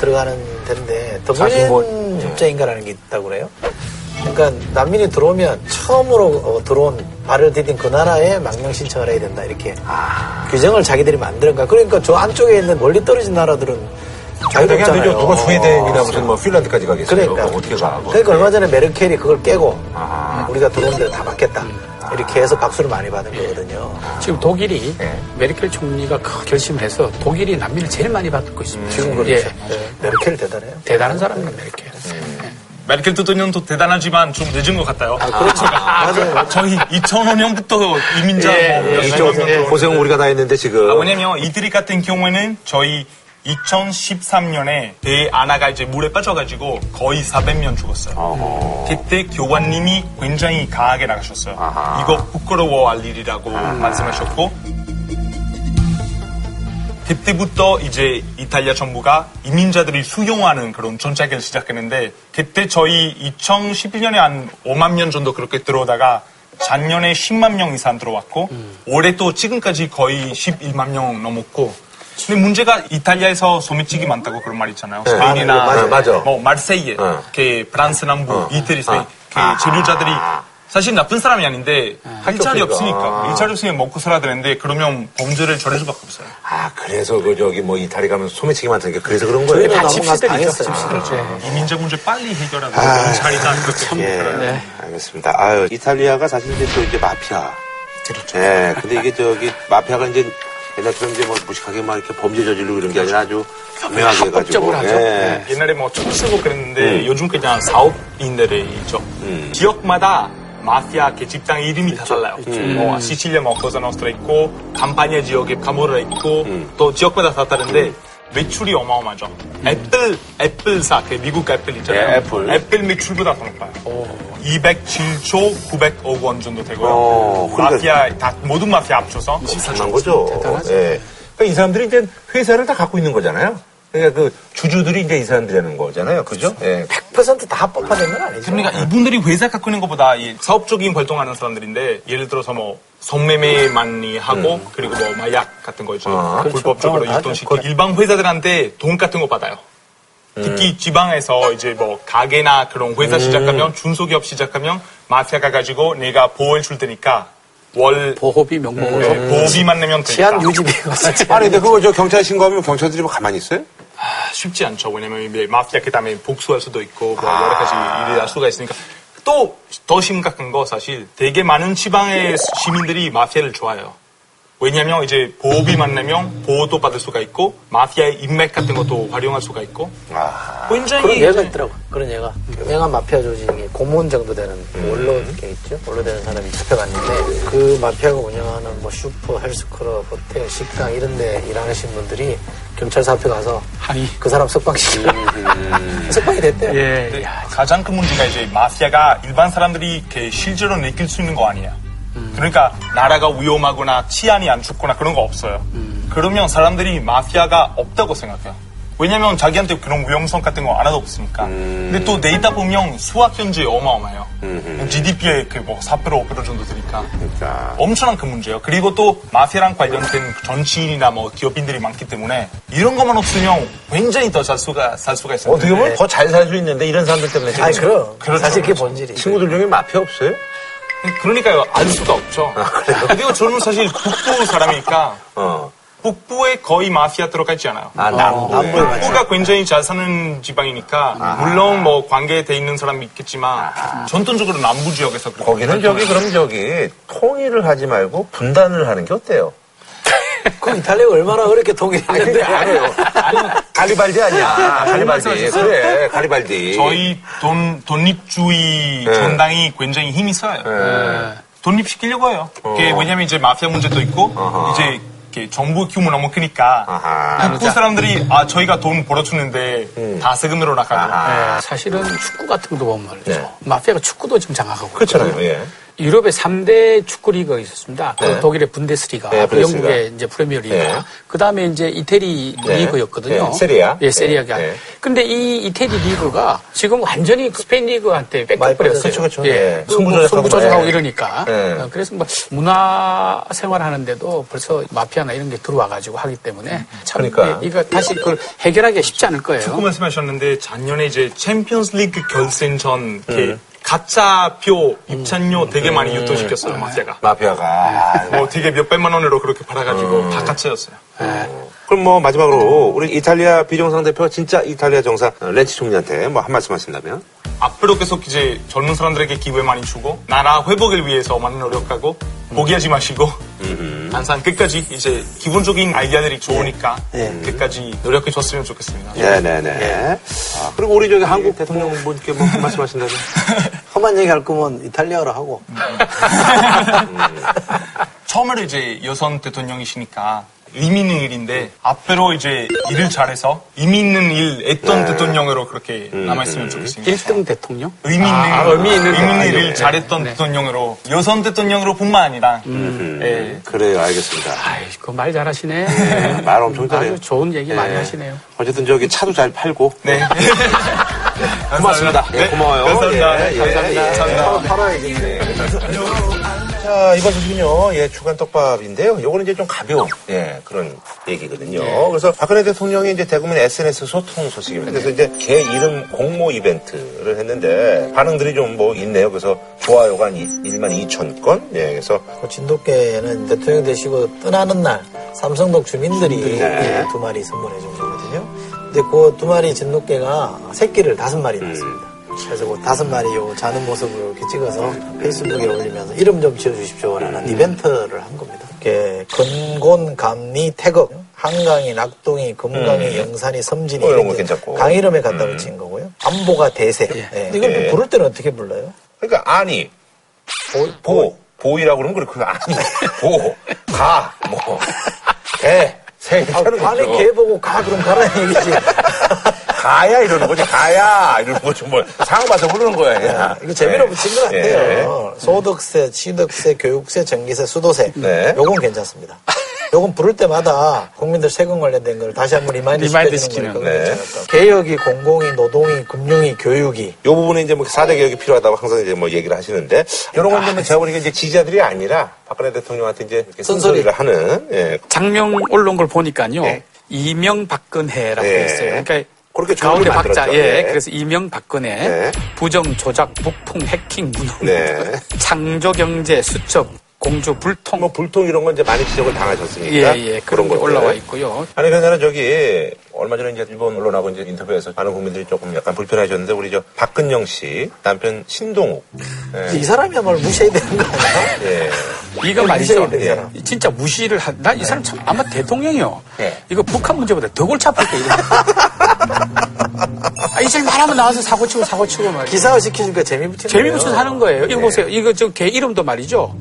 Speaker 2: 들어가는 데인데 더블린 협정인가라는 게 있다고 그래요. 그러니까 난민이 들어오면 처음으로 어, 들어온 발을 디딘 그 나라에 망명 신청을 해야 된다 이렇게 규정을 자기들이 만드는 거야. 그러니까 저 안쪽에 있는 멀리 떨어진 나라들은
Speaker 1: 되게 안
Speaker 2: 자유롭잖아요.
Speaker 1: 되죠. 누가 스웨덴이나 무슨 뭐 핀란드까지 가겠어요.
Speaker 5: 뭐.
Speaker 2: 그러니까.
Speaker 1: 어떻게 가?
Speaker 2: 그러니까 얼마 전에 메르켈이 그걸 깨고 우리가 들어온 데다 받겠다. 이렇게 해서 박수를 많이 받은 거거든요.
Speaker 3: 지금 독일이
Speaker 2: 네.
Speaker 3: 메르켈 총리가 큰 결심을 해서 독일이 난민을 제일 많이 받고 있습니다.
Speaker 2: 지금 그렇죠.
Speaker 3: 예.
Speaker 2: 네. 메르켈 대단해요.
Speaker 3: 대단한 사람입니다, 메르켈.
Speaker 7: 메르켈 대통령도 대단하지만 좀 늦은 것 같아요.
Speaker 2: 그렇죠.
Speaker 7: 그
Speaker 2: 맞아요.
Speaker 7: 저희 2005년부터 이민자
Speaker 3: 예,
Speaker 7: 뭐
Speaker 3: 예,
Speaker 7: 몇백
Speaker 1: 이쪽
Speaker 7: 명 들어오고
Speaker 1: 고생은 우리가 다 했는데 지금.
Speaker 7: 아, 왜냐면 이들이 같은 경우에는 저희 2013년에 대아나가 이제 물에 빠져가지고 거의 400명 죽었어요. 그때 교관님이 굉장히 강하게 나가셨어요. 이거 부끄러워할 일이라고 말씀하셨고 그때부터 이제 이탈리아 정부가 이민자들이 수용하는 그런 정책을 시작했는데 그때 저희 2011년에 한 5만 명 정도 그렇게 들어오다가 작년에 10만 명 이상 들어왔고 올해 또 지금까지 거의 11만 명 넘었고 근데 문제가 이탈리아에서 소매치기 많다고 그런 말 있잖아요. 스페인이나
Speaker 1: 네. 맞아, 맞아. 어. 아.
Speaker 7: 뭐 말세이에 이렇게 프랑스 남부 이태리 서 이렇게 재료자들이 사실 나쁜 사람이 아닌데
Speaker 1: 네. 그러니까.
Speaker 7: 일자리
Speaker 1: 아.
Speaker 7: 없으니까 일자리 없으면 먹고 살아야 되는데 그러면 범죄를 저럴 수밖에 없어요.
Speaker 1: 아, 그래서 그 저기 뭐 이탈리 가면 소매치기 많다니까 그래서 그런 거예요.
Speaker 3: 네,
Speaker 2: 다
Speaker 3: 집시들이죠,
Speaker 2: 당했어요. 아.
Speaker 3: 예.
Speaker 7: 이민자 문제 빨리 해결하고 자리가 안 그렇게
Speaker 1: 아, 예,
Speaker 7: 요
Speaker 1: 알겠습니다. 아유, 이탈리아가 사실 이제 또 이제 마피아. 그렇죠. 예, 근데 이게 저기 마피아가 이제 옛날처럼 이제 뭐 무식하게 막 이렇게 범죄 저지르고 이런 게 아니라 아주 현명하게 해가지고.
Speaker 3: 합법적으로 하죠.
Speaker 1: 예.
Speaker 7: 옛날에 뭐 총 쓰고
Speaker 1: 음.
Speaker 7: 그랬는데 요즘 그냥 사업인들이죠. 지역마다 마피아 그 집단 이름이
Speaker 1: 그렇죠.
Speaker 7: 다 달라요.
Speaker 1: 음.
Speaker 7: 뭐 시칠리아 뭐 코사노스트라 있고 감파니아 지역에 카모라 있고
Speaker 1: 음.
Speaker 7: 또 지역마다 다 다른데 매출이 어마어마하죠. 애플 애플사 그 미국 애플 있잖아요.
Speaker 1: 예, 애플.
Speaker 7: 매출보다 더 높아요. 207조 900억 원 정도 되고요.
Speaker 1: 어, 그러니까-
Speaker 7: 마피아 다 모든 마피아 합쳐서
Speaker 1: 당한 거죠. 예. 그러니까 이 사람들이 이제 회사를 다 갖고 있는 거잖아요. 그러니까 그 주주들이 이제 이 사람들이라는 거잖아요. 그죠? 예.
Speaker 2: 100%다 합법화된 건 아니죠.
Speaker 7: 그러니까 이분들이 회사 갖고 있는 것보다 이 사업적인 활동하는 사람들인데 예를 들어서 뭐 성매매 많이 하고 그리고 뭐 마약 같은 거 있죠 그렇죠. 불법적으로
Speaker 2: 어, 맞아.
Speaker 7: 유통시키고 일반 회사들한테 돈 같은 거 받아요. 특히 지방에서 이제 뭐 가게나 그런 회사 시작하면 중소기업 시작하면 마피아가 가지고 내가 보호해 줄 테니까 월
Speaker 3: 보호비 명목으로.
Speaker 7: 네, 보호비만 내면 되니까
Speaker 2: 치안 유지비가
Speaker 5: 아니, 근데 그거 저 경찰 신고하면 경찰들이 뭐 가만히 있어요?
Speaker 7: 쉽지 않죠. 왜냐면 이제 마피아 그다음에 복수할 수도 있고 뭐 여러 가지 일이 날 수가 있으니까 또 더 심각한 거 사실 되게 많은 지방의 시민들이 마피아를 좋아해요. 왜냐면 이제 보호비만 내면 보호도 받을 수가 있고 마피아의 인맥 같은 것도 활용할 수가 있고
Speaker 2: 그런
Speaker 7: 굉장히
Speaker 2: 예가 있더라고. 그런 예가. 유명한 마피아 조직이 고문 정도 되는 원로계 있죠. 원로 되는 사람이 잡혀갔는데 그 마피아가 운영하는 뭐 슈퍼, 헬스클럽, 호텔, 식당 이런데 일하신 분들이 경찰서 앞에 가서
Speaker 3: 항의.
Speaker 2: 그 사람 석방시키고 석방이 됐대요.
Speaker 3: 예.
Speaker 7: 근데 네, 가장 큰 문제가 이제 마피아가 일반 사람들이 이렇게 실제로 느낄 수 있는 거 아니에요.
Speaker 1: 음.
Speaker 7: 그러니까 나라가 위험하거나 치안이 안 좋거나 그런 거 없어요.
Speaker 1: 음.
Speaker 7: 그러면 사람들이 마피아가 없다고 생각해요. 왜냐면 자기한테 그런 위험성 같은 거 하나도 없으니까.
Speaker 1: 음.
Speaker 7: 근데 또 내다 보면 수학 현지 어마어마해요. GDP의 그뭐 4% 5% 정도 되니까.
Speaker 1: 그러니까.
Speaker 7: 엄청난 큰 문제예요. 그리고 또 마피아랑 관련된 정치인이나 뭐 기업인들이 많기 때문에 이런 것만 없으면 굉장히 더 살 수가 살 수가 있어요.
Speaker 1: 어떻게 보면 더 잘 살 수 있는데 이런 사람들 때문에 지금
Speaker 2: 아니 그럼
Speaker 7: 그렇죠.
Speaker 2: 사실 그게 본질이죠.
Speaker 1: 친구들 중에 마피아 없어요?
Speaker 7: 그러니까요, 알 수가 없죠. 그리고 저는 사실 북부 사람이니까
Speaker 1: 어.
Speaker 7: 북부에 거의 마피아 들어가 있지 않아요.
Speaker 1: 아, 남부.
Speaker 2: 남부에 맞죠.
Speaker 7: 북부가 굉장히 잘 사는 지방이니까 물론 뭐 관계돼 있는 사람이 있겠지만 전통적으로 남부 지역에서 그렇게
Speaker 1: 거기는
Speaker 7: 활동을
Speaker 1: 저기 그럼 저기 통일을 하지 말고 분단을 하는 게 어때요?
Speaker 2: 그럼 이탈리아가 얼마나 어렵게 통일했는데
Speaker 1: 가리발디 아니야. 가리발디.
Speaker 7: 말씀하셨어요?
Speaker 1: 그래, 가리발디.
Speaker 7: 저희 돈, 독립주의 전당이 굉장히 힘이 세요. 독립시키려고 해요. 그게 왜냐면 이제 마피아 문제도 있고, 이제 이렇게 정부 규모 너무 크니까,
Speaker 1: 아하.
Speaker 7: 북부 사람들이, 아, 저희가 돈 벌어주는데, 다 세금으로 나가고.
Speaker 3: 예, 사실은 축구 같은 것도 보면 말이죠.
Speaker 2: 네.
Speaker 3: 마피아가 축구도 지금 장악하고
Speaker 1: 그렇잖아요.
Speaker 3: 있고요.
Speaker 1: 예.
Speaker 3: 유럽의 3대 축구 리그가 있었습니다. 그
Speaker 1: 네.
Speaker 3: 독일의 분데스리가,
Speaker 1: 네,
Speaker 3: 그
Speaker 1: 분데스리가.
Speaker 3: 영국의 이제 프리미어 리그,
Speaker 1: 네.
Speaker 3: 그 다음에 이제 이태리
Speaker 1: 네.
Speaker 3: 리그였거든요.
Speaker 1: 네, 세리아.
Speaker 3: 예, 세리아가.
Speaker 1: 네.
Speaker 3: 근데 이 이태리 리그가 지금 완전히 그 스페인 리그한테 뺏겨버렸어요.
Speaker 2: 그렇죠, 그렇죠.
Speaker 1: 네.
Speaker 3: 예,
Speaker 1: 승부조작하고
Speaker 3: 승부조작하고
Speaker 1: 네.
Speaker 3: 이러니까.
Speaker 1: 네.
Speaker 3: 어, 그래서 뭐 문화 생활하는데도 벌써 마피아나 이런 게 들어와가지고 하기 때문에 참
Speaker 1: 그러니까.
Speaker 3: 예, 이거 다시 그걸 해결하기 쉽지 않을 거예요.
Speaker 7: 축구 그 말씀하셨는데 작년에 이제 챔피언스 리그 결승전 이렇게 가짜 표 입찬료 되게 많이 유통시켰어요 마피아가
Speaker 1: 마피아가.
Speaker 7: 뭐 되게 몇백만 원으로 그렇게 팔아가지고 다 가짜였어요
Speaker 1: 그럼 뭐 마지막으로 우리 이탈리아 비정상 대표가 진짜 이탈리아 정상 어, 렌치 총리한테 뭐 한 말씀 하신다면?
Speaker 7: 앞으로 계속 이제 젊은 사람들에게 기회 많이 주고 나라 회복을 위해서 많은 노력하고 포기하지 마시고 항상 끝까지 이제 기본적인 아이디어들이 좋으니까
Speaker 2: 예.
Speaker 7: 끝까지 노력해 줬으면 좋겠습니다.
Speaker 5: 네네네. 아, 그리고 우리 저기
Speaker 2: 예,
Speaker 5: 한국 대통령 분께 뭐 말씀하신다면
Speaker 2: 험한 얘기 할 거면 이탈리아로 하고.
Speaker 7: 처음으로 이제 여성 대통령이시니까 의미 있는 일인데 앞으로 이제 일을 잘해서 의미 있는 일 했던
Speaker 5: 네.
Speaker 7: 대통령으로 그렇게
Speaker 5: 음.
Speaker 7: 남아있으면 좋겠습니다.
Speaker 3: 1등 대통령?
Speaker 7: 의미 있는,
Speaker 3: 아, 아, 의미 있는 대통령.
Speaker 5: 예.
Speaker 7: 일을 잘했던
Speaker 3: 네.
Speaker 7: 대통령으로 여성 대통령으로뿐만 아니라
Speaker 5: 음.
Speaker 7: 예,
Speaker 5: 그래요 알겠습니다.
Speaker 3: 아이, 그말 잘하시네.
Speaker 5: 네, 말 엄청 잘해요.
Speaker 3: 아주 좋은 얘기 많이
Speaker 5: 네.
Speaker 3: 하시네요.
Speaker 5: 어쨌든 저기 차도 잘 팔고
Speaker 7: 네.
Speaker 5: 고맙습니다.
Speaker 7: 감사합니다. 네.
Speaker 5: 예, 고마워요.
Speaker 7: 감사합니다.
Speaker 5: 예, 예,
Speaker 7: 감사합니다.
Speaker 5: 예.
Speaker 7: 감사합니다.
Speaker 1: 자, 이번 소식은요, 예, 주간 떡밥인데요. 요거는 이제 좀 가벼운, 예, 그런 얘기거든요. 그래서 박근혜 대통령이 이제 대구민 SNS 소통 소식입니다. 그래서 이제 개 이름 공모 이벤트를 했는데 반응들이 좀 뭐 있네요. 그래서 좋아요가 한 1만 2천 건, 예, 그래서
Speaker 2: 그 진돗개는 대통령 되시고 떠나는 날 삼성동 주민들이
Speaker 1: 네.
Speaker 2: 예, 두 마리 선물해 준 거거든요. 근데 그 두 마리 진돗개가 새끼를 다섯 마리
Speaker 1: 음.
Speaker 2: 낳았습니다. 그래서 그 다섯 마리 요 자는 모습을 이렇게 찍어서 페이스북에 올리면서 이름 좀
Speaker 1: 음.
Speaker 2: 지어주십시오라는 이벤트를 한 겁니다. 이렇게 근곤, 감리, 태극, 한강이, 낙동이, 금강이, 영산이,
Speaker 1: 음.
Speaker 2: 섬진이
Speaker 1: 어, 이런
Speaker 2: 이런
Speaker 1: 거
Speaker 2: 데
Speaker 1: 괜찮고. 음.
Speaker 2: 강 이름에 갖다 붙인 거고요. 안보가 대세. 예. 근데 이걸
Speaker 1: 예.
Speaker 2: 부를 때는 어떻게 불러요?
Speaker 1: 그러니까 아니, 보, 보, 보이라고 그러면 그렇고 아니, 보, 가, 뭐, 개, 새,
Speaker 2: 아,
Speaker 1: 괜찮은 거죠.
Speaker 2: 반에 개 보고 가 그럼 가라는 얘기지.
Speaker 1: 가야 이러는 거지, 가야 이러는 거지, 뭐 상황 봐서 부르는 거야. 그냥.
Speaker 2: 이거 재미로
Speaker 1: 예.
Speaker 2: 붙인 것 같아요. 소득세, 취득세, 교육세, 전기세, 수도세.
Speaker 1: 네.
Speaker 2: 요건 괜찮습니다. 요건 부를 때마다 국민들 세금 관련된 걸 다시 한번 리마인드
Speaker 3: 리마인드
Speaker 2: 시켜주는
Speaker 3: 시키는,
Speaker 2: 거니까 괜찮을까. 개혁이, 공공이, 노동이, 금융이, 교육이.
Speaker 1: 요 부분은 이제 뭐 4대 개혁이 필요하다고 항상 이제 뭐 얘기를 하시는데, 아, 이런 건 이제 제가 보니까 이제 지지자들이 아니라 박근혜 대통령한테 이제 이렇게
Speaker 2: 쓴소리.
Speaker 1: 쓴소리를 하는, 예.
Speaker 3: 장명 올라온 걸 보니까요.
Speaker 1: 네.
Speaker 3: 이명박근혜라고
Speaker 1: 네.
Speaker 3: 했어요 그러니까
Speaker 1: 그렇게 조문을
Speaker 3: 가운데 박자,
Speaker 1: 만들었죠.
Speaker 3: 예.
Speaker 1: 네.
Speaker 3: 그래서 이명박근혜,
Speaker 1: 네.
Speaker 3: 부정, 조작, 북풍, 해킹, 무능,
Speaker 1: 네.
Speaker 3: 창조 경제, 수첩, 공조, 불통,
Speaker 1: 뭐 불통 이런 건 이제 많이 지적을 당하셨으니까.
Speaker 3: 예, 예. 그런 게
Speaker 1: 것들.
Speaker 3: 올라와 있고요.
Speaker 1: 아니, 그러나 저기, 얼마 전에 이제 일본 언론하고 이제 인터뷰에서 많은 국민들이 조금 약간 불편하셨는데, 우리 저 박근영 씨, 남편 신동욱.
Speaker 2: 이 사람이야말로 무시해야 되는 거 아니야?
Speaker 1: 예.
Speaker 3: 이거 말이죠. 예,
Speaker 2: 무시해야 되잖아.
Speaker 3: 진짜 무시를 한, 난 이 사람 참 아마 대통령이요.
Speaker 1: 네.
Speaker 3: 이거 북한 문제보다 더 골치 아플 거 이거. 아, 이제 말하면 나와서 사고치고 사고치고 말이야.
Speaker 2: 기사화 시키니까 재미 붙이는
Speaker 3: 재미
Speaker 2: 거예요.
Speaker 3: 붙여서 하는 거예요. 이거 보세요. 이거 저 개 이름도 말이죠.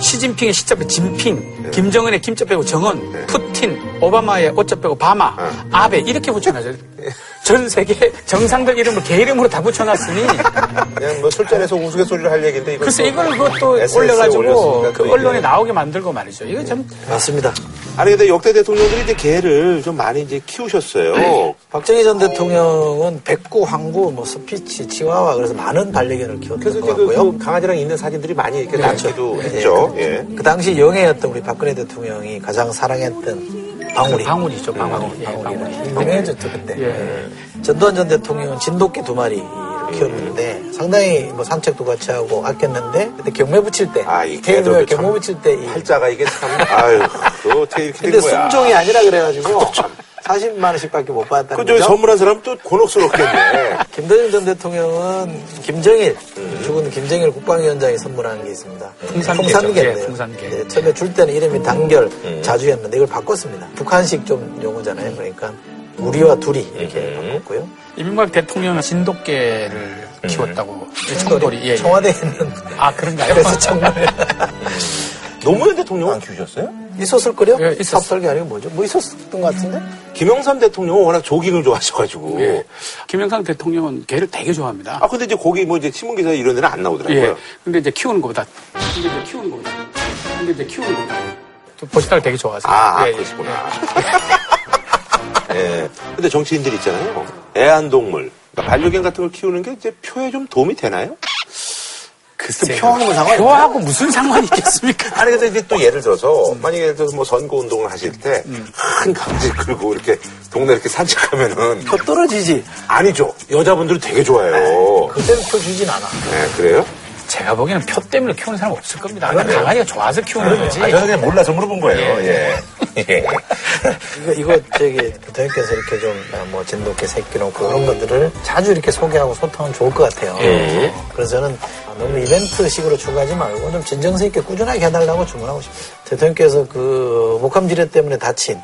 Speaker 3: 시진핑의 시자 빼고 진핑, 김정은의 김자 빼고 정은, 푸틴, 오바마의 오자 빼고 바마, 아베 이렇게 붙여놔죠. 전 세계 정상들 이름을 개 이름으로 다 붙여놨으니
Speaker 1: 그냥 뭐 술자리에서 우스갯소리를 할 얘기인데, 이거. 뭐.
Speaker 3: 글쎄 이걸 그것도
Speaker 1: SNS에 올렸으니까
Speaker 3: 올려가지고
Speaker 1: 또
Speaker 3: 그
Speaker 1: 이게.
Speaker 3: 언론에 나오게 만들고 말이죠. 이거 참
Speaker 2: 맞습니다.
Speaker 5: 아니 근데 역대 대통령들이 이제 개를 좀 많이 이제 키우셨어요.
Speaker 1: 네.
Speaker 2: 박정희 전 대통령은 백구, 황구, 뭐 스피치, 치와와 그래서 많은 반려견을
Speaker 1: 그래서
Speaker 2: 키웠던
Speaker 1: 이제
Speaker 2: 것
Speaker 1: 그,
Speaker 2: 같고요.
Speaker 1: 그 강아지랑 있는 사진들이 많이 이렇게 남기도
Speaker 2: 네,
Speaker 1: 했죠.
Speaker 2: 그렇죠.
Speaker 1: 예.
Speaker 2: 그 당시 영예였던 우리 박근혜 대통령이 가장 사랑했던 그 방울이.
Speaker 3: 방울이죠, 방울이. 예, 방울이.
Speaker 2: 방울이. 유명해졌죠, 그때.
Speaker 3: 예.
Speaker 2: 예. 전두환 전 대통령은 진돗개 두 마리를 키웠는데 상당히 뭐 산책도 같이 하고 아꼈는데 그때 경매 붙일 때.
Speaker 1: 아, 이
Speaker 2: 테이블에
Speaker 1: 개도 참
Speaker 2: 경매 붙일 때. 이
Speaker 1: 팔자가 이게 참, 아유, 그거 어떻게 이렇게 된
Speaker 2: 근데
Speaker 1: 거야.
Speaker 2: 순종이 아니라 그래가지고 40만 원씩밖에 못 받았다는
Speaker 5: 그 저기
Speaker 2: 거죠.
Speaker 5: 선물한 사람 또 곤혹스럽겠네.
Speaker 2: 김대중 전 대통령은 김정일 죽은 김정일 국방위원장이 선물한 게 있습니다.
Speaker 3: 풍산개죠.
Speaker 2: 풍산개인데요.
Speaker 3: 예, 풍산개.
Speaker 2: 네, 처음에 줄 때는 이름이 단결 자주였는데 이걸 바꿨습니다. 북한식 좀 용어잖아요. 그러니까 우리와 둘이 이렇게 바꿨고요.
Speaker 3: 이명박 대통령은 진돗개를 키웠다고 청돌이 예, 예.
Speaker 2: 네. 청와대에 있는
Speaker 3: 아 그런가요?
Speaker 2: 그래서 청와대
Speaker 5: 노무현
Speaker 1: 아,
Speaker 5: 대통령은 안 키우셨어요?
Speaker 2: 있었을 거요?
Speaker 3: 예, 있었어.
Speaker 2: 삽설기 아니고 뭐죠? 뭐 있었던 것 같은데?
Speaker 5: 김영삼 대통령은 워낙 조깅을 좋아하셔가지고.
Speaker 1: 예.
Speaker 3: 김영삼 대통령은 개를 되게 좋아합니다.
Speaker 5: 아 근데 이제 거기 뭐 이제 신문 기사에 이런 데는 안 나오더라고요.
Speaker 3: 예. 근데 이제 키우는 것보다. 근데 이제 키우는 것보다. 근데 이제 키우는 것보다. 또 보시다가 되게 좋아하세요.
Speaker 5: 아, 아
Speaker 3: 예, 예.
Speaker 5: 그러시구나. 예. 근데 정치인들 있잖아요. 애완동물. 그러니까 반려견 같은 걸 키우는 게 이제 표에 좀 도움이 되나요?
Speaker 3: 글쎄요.
Speaker 2: 표하고 상관이
Speaker 3: 표하고 무슨 상관이 있겠습니까?
Speaker 1: 아니, 근데 이제 또 예를 들어서,
Speaker 5: 음.
Speaker 1: 만약에 예를 들어서 뭐 선거 운동을 하실 때, 큰 강지 끌고 이렇게 동네 이렇게 산책하면은,
Speaker 2: 표 떨어지지.
Speaker 1: 아니죠. 여자분들은 되게 좋아해요.
Speaker 2: 그때는 표 주진 않아.
Speaker 1: 네, 그래요?
Speaker 3: 제가 보기에는 표 때문에 키우는 사람 없을 겁니다. 그냥 강아지가 좋아서 키우는 거지.
Speaker 1: 아, 저는 그냥 몰라서 물어본 거예요. 예. 예.
Speaker 2: 그러니까 이거, 이거 저기 대표께서 이렇게 좀 뭐 진도 있게 새끼놓고 이런 것들을 자주 이렇게 소개하고 소통하면 좋을 것 같아요. 그래서 저는 아, 너무 이벤트식으로 추구하지 말고 좀 진정성 있게 꾸준하게 해달라고 주문하고 싶어요. 대통령께서 그 목함지뢰 때문에 다친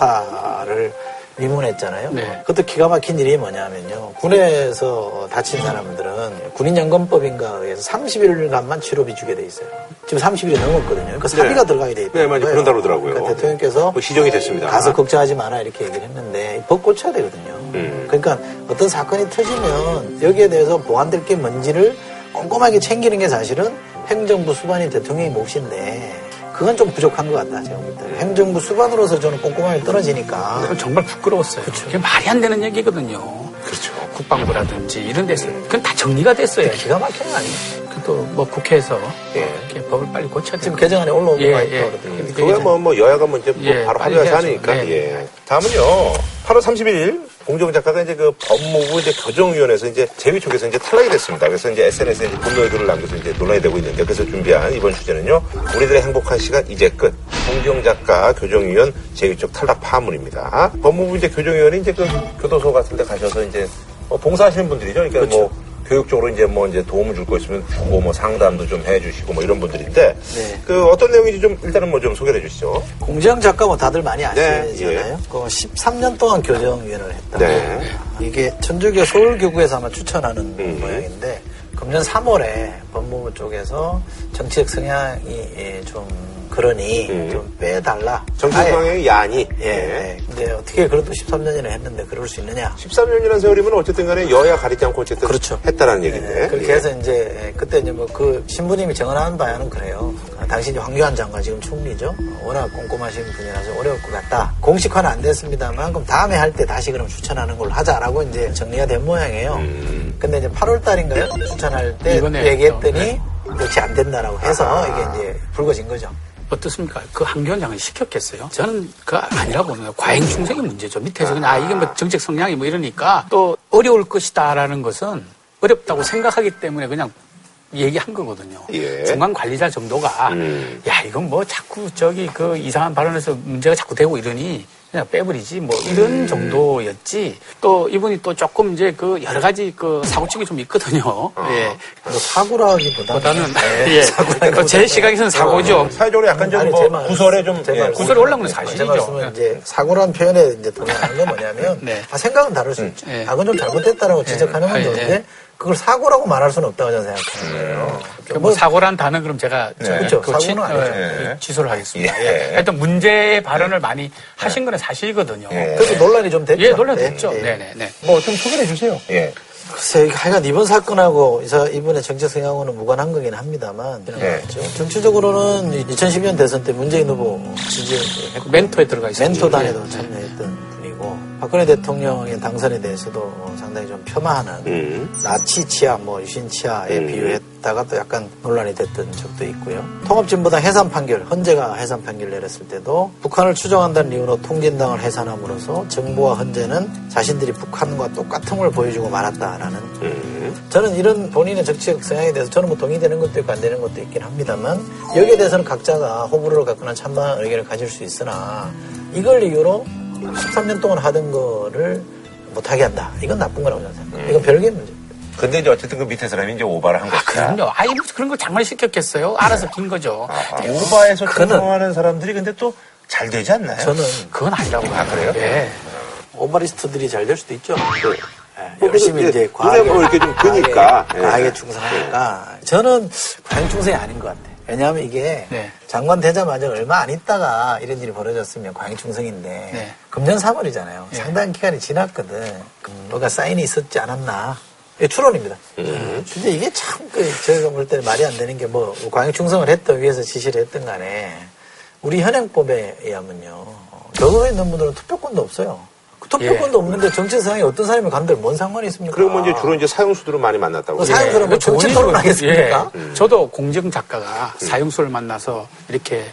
Speaker 2: 하하사를 위문했잖아요.
Speaker 3: 네.
Speaker 2: 그것도 기가 막힌 일이 뭐냐면요. 군에서 다친 사람들은 군인연금법인가 해서 30일간만 치료비 주게 돼 있어요. 지금 30일이 넘었거든요. 그 사비가 들어가게 돼 있대요.
Speaker 5: 네, 맞아요. 그런다 그러더라고요.
Speaker 2: 그러니까 대통령께서
Speaker 5: 뭐 시정이 됐습니다.
Speaker 2: 가서 걱정하지 마라 이렇게 얘기를 했는데 법 고쳐야 되거든요.
Speaker 5: 음.
Speaker 2: 그러니까 어떤 사건이 터지면 여기에 대해서 보완될 게 뭔지를 꼼꼼하게 챙기는 게 사실은 행정부 수반인 대통령의 몫인데 그건 좀 부족한 것 같다 제가 볼 때. 행정부 수반으로서 저는 꼼꼼하게 떨어지니까
Speaker 3: 그건 정말 부끄러웠어요. 그렇죠. 그게 말이 안 되는 얘기거든요.
Speaker 5: 그렇죠.
Speaker 3: 국방부라든지 이런 데서 그건 다 정리가 됐어요. 그
Speaker 2: 기가 막히는 거 아니에요.
Speaker 3: 또뭐 국회에서 이렇게 법을 빨리 고쳐야 돼요.
Speaker 2: 지금 개정안에 올라온
Speaker 3: 예,
Speaker 2: 거가
Speaker 3: 예.
Speaker 2: 있다고 그러더라고요.
Speaker 1: 그거야 뭐, 뭐 여야가 뭐 이제 뭐
Speaker 3: 예,
Speaker 1: 바로
Speaker 3: 빨리
Speaker 1: 합의해서
Speaker 3: 해야죠.
Speaker 1: 하니까.
Speaker 3: 네.
Speaker 1: 예. 다음은요. 8월 31일 공정 작가가 이제 그 법무부 이제 교정위원회에서 이제 재위 쪽에서 이제 탈락이 됐습니다. 그래서 이제 SNS에 이제 분노의 글을 남겨서 이제 논란이 되고 있는데 그래서 준비한 이번 주제는요. 우리들의 행복한 시간 이제 끝. 공정 작가 교정위원 재위 쪽 탈락 파문입니다. 법무부 이제 교정위원이 이제 그 교도소 같은 데 가셔서 이제 뭐 봉사하시는 분들이죠. 그러니까 뭐 교육적으로 이제 뭐 이제 도움을 줄 거 있으면 주고 뭐 상담도 좀 해주시고 뭐 이런 분들인데
Speaker 2: 네.
Speaker 1: 그 어떤 내용인지 좀 일단은 뭐 좀 소개해 주시죠.
Speaker 2: 공장 작가 뭐 다들 많이
Speaker 1: 네,
Speaker 2: 아시잖아요.
Speaker 1: 예.
Speaker 2: 그 13년 동안 교정위원을 했다.
Speaker 1: 네.
Speaker 2: 이게 천주교 서울교구에서 아마 추천하는
Speaker 1: 음,
Speaker 2: 모양인데 금년 3월에 법무부 쪽에서 정치적 성향이 예, 좀 그러니 좀 빼달라. 아예.
Speaker 1: 음. 정치방향의 네. 야니.
Speaker 2: 예, 예. 근데 어떻게 그래도 13년이나 했는데 그럴 수 있느냐.
Speaker 1: 13년이라는 세월이면 어쨌든 간에 여야 가리지 않고 어쨌든
Speaker 2: 그렇죠.
Speaker 1: 했다라는
Speaker 2: 네,
Speaker 1: 얘기인데. 예.
Speaker 2: 그렇게 해서 이제 그때 이제 뭐 그 신부님이 정언하는 바에는 그래요. 아, 당신이 황교안 장관 지금 총리죠. 어, 워낙 꼼꼼하신 분이라서 어려울 것 같다. 공식화는 안 됐습니다만 그럼 다음에 할 때 다시 그럼 추천하는 걸로 하자라고 이제 정리가 된 모양이에요. 근데 이제 8월 달인가요? 추천할 때
Speaker 3: 이번에
Speaker 2: 얘기했더니
Speaker 3: 했죠. 네.
Speaker 2: 역시 안 된다라고 해서 이게 이제 불거진 거죠.
Speaker 3: 어떻습니까? 그 한교원장은 시켰겠어요? 저는 그 아니라고 보는 거예요. 과잉 충성이 문제죠. 밑에서 그냥 아 이게 뭐 정책 성향이 뭐 이러니까 또 어려울 것이다라는 것은 어렵다고 생각하기 때문에 그냥 얘기한 거거든요.
Speaker 1: 예.
Speaker 3: 중간 관리자 정도가 야 이건 뭐 자꾸 저기 그 이상한 발언에서 문제가 자꾸 되고 이러니 그냥 빼버리지 뭐 이런 정도였지 또 이분이 또 조금 이제 그 여러 가지 그 사고측이 좀 있거든요. 예.
Speaker 2: 뭐 사고라기보다는
Speaker 3: 나는 예.
Speaker 2: 사고라기보다는
Speaker 3: 제 시각에서는 사고죠.
Speaker 1: 음. 사회적으로 약간
Speaker 2: 아니,
Speaker 1: 좀
Speaker 2: 제
Speaker 1: 뭐
Speaker 2: 말-
Speaker 1: 구설에 좀
Speaker 2: 제
Speaker 1: 예,
Speaker 2: 말씀-
Speaker 3: 구설에 올라오는 건
Speaker 2: 제
Speaker 3: 사실이죠. 예.
Speaker 2: 말씀은 이제 사고란 표현에 이제 동의하는 건 뭐냐면
Speaker 3: 네.
Speaker 2: 아, 생각은 다를 수 있죠.
Speaker 3: 네.
Speaker 2: 아, 그건 좀 잘못됐다라고 지적하는 건
Speaker 3: 아,
Speaker 2: 좋은데
Speaker 3: 예.
Speaker 2: 그걸 사고라고 말할 수는 없다고 그러니까 저는 생각하는 거예요.
Speaker 3: 뭐, 사고란 단어 그럼 제가 저-
Speaker 2: 그렇죠.
Speaker 3: 그거
Speaker 2: 사고는 아니죠.
Speaker 3: 예, 예. 취소를 하겠습니다.
Speaker 1: 예.
Speaker 3: 예. 하여튼 문제의 발언을 많이 하신 거는 사실이거든요. 예,
Speaker 2: 그래서 논란이 좀 됐죠.
Speaker 3: 논란
Speaker 2: 네,
Speaker 3: 됐죠.
Speaker 2: 네.
Speaker 3: 네네네.
Speaker 1: 예.
Speaker 2: 글쎄, 하여간 이번 사건하고 이사- 이번에 정치 성향하고는 무관한 거긴 합니다만
Speaker 1: 네.
Speaker 2: 그렇죠. 정치적으로는 2010년 대선 때 문재인 후보 지지
Speaker 3: 그 멘토에 들어가 예. 있습니다.
Speaker 2: 멘토단에도 참여했던 분이고 박근혜 대통령의 당선에 대해서도 어, 상당히 좀 폄하하는 나치 치아, 뭐 유신 치아에 비유했다가 또 약간 논란이 됐던 적도 있고요. 통합진보당 해산 판결, 헌재가 해산 판결 내렸을 때도 북한을 추정한다는 이유로 통진당을 해산함으로써 정부와 헌재는 자신들이 북한과 똑같은 걸 보여주고 말았다라는 저는 이런 본인의 정치적 성향에 대해서 저는 뭐 동의되는 것도 있고 안 되는 것도 있긴 합니다만 여기에 대해서는 각자가 호불호를 갖거나 찬반 의견을 가질 수 있으나 이걸 이유로 13년 동안 하던 거를 못하게 한다. 이건 나쁜 거라고 저는 생각해요. 이건 별개의 문제.
Speaker 1: 근데 이제 어쨌든 그 밑에 사람이 이제 오바를 한 것이다.
Speaker 3: 그럼요. 아이 무슨 그런 걸 장만 시켰겠어요. 알아서 빈 거죠.
Speaker 1: 아, 오바에서
Speaker 2: 그거는-
Speaker 1: 충성하는 사람들이 근데 또 잘 되지 않나요?
Speaker 2: 저는
Speaker 3: 그건 아니라고 봐요.
Speaker 1: 그래요?
Speaker 3: 예.
Speaker 2: 오바리스트들이 잘 될 수도 있죠. 예,
Speaker 5: 네. 뭐,
Speaker 2: 열심히
Speaker 5: 근데
Speaker 2: 이제
Speaker 5: 눈에
Speaker 2: 과하게
Speaker 5: 뭐 이렇게 좀 끄니까.
Speaker 2: 과하게,
Speaker 5: 예.
Speaker 2: 과하게 충성하니까 저는 과잉 충성이 아닌 것 같아요. 왜냐하면 이게
Speaker 3: 네.
Speaker 2: 장관 되자마자 얼마 안 있다가 이런 일이 벌어졌으면 과잉 충성인데
Speaker 3: 네. 예.
Speaker 2: 금년 3월이잖아요. 상당 한 기간이 지났거든. 그 뭐가 사인이 있었지 않았나. 이게 추론입니다.
Speaker 5: 음.
Speaker 2: 근데 이게 참, 그 제가 볼 때는 말이 안 되는 게 뭐 과잉 충성을 했던 위해서 지시를 했던 간에 우리 현행법에 의하면요. 어, 겨울에 있는 분들은 투표권도 없어요. 그
Speaker 3: 예.
Speaker 2: 투표권도 없는데 정치 상황이 어떤 사람이 간들 뭔 상관이 있습니까?
Speaker 5: 그리고 뭐 이제 주로 이제 사용수들을 많이 만났다고.
Speaker 2: 아. 사용수는뭐
Speaker 1: 예.
Speaker 2: 정치
Speaker 3: 본인도-
Speaker 2: 토론하겠습니까?
Speaker 3: 그렇죠.
Speaker 2: 음.
Speaker 3: 예. 저도 공정 작가가 사용수를 만나서 이렇게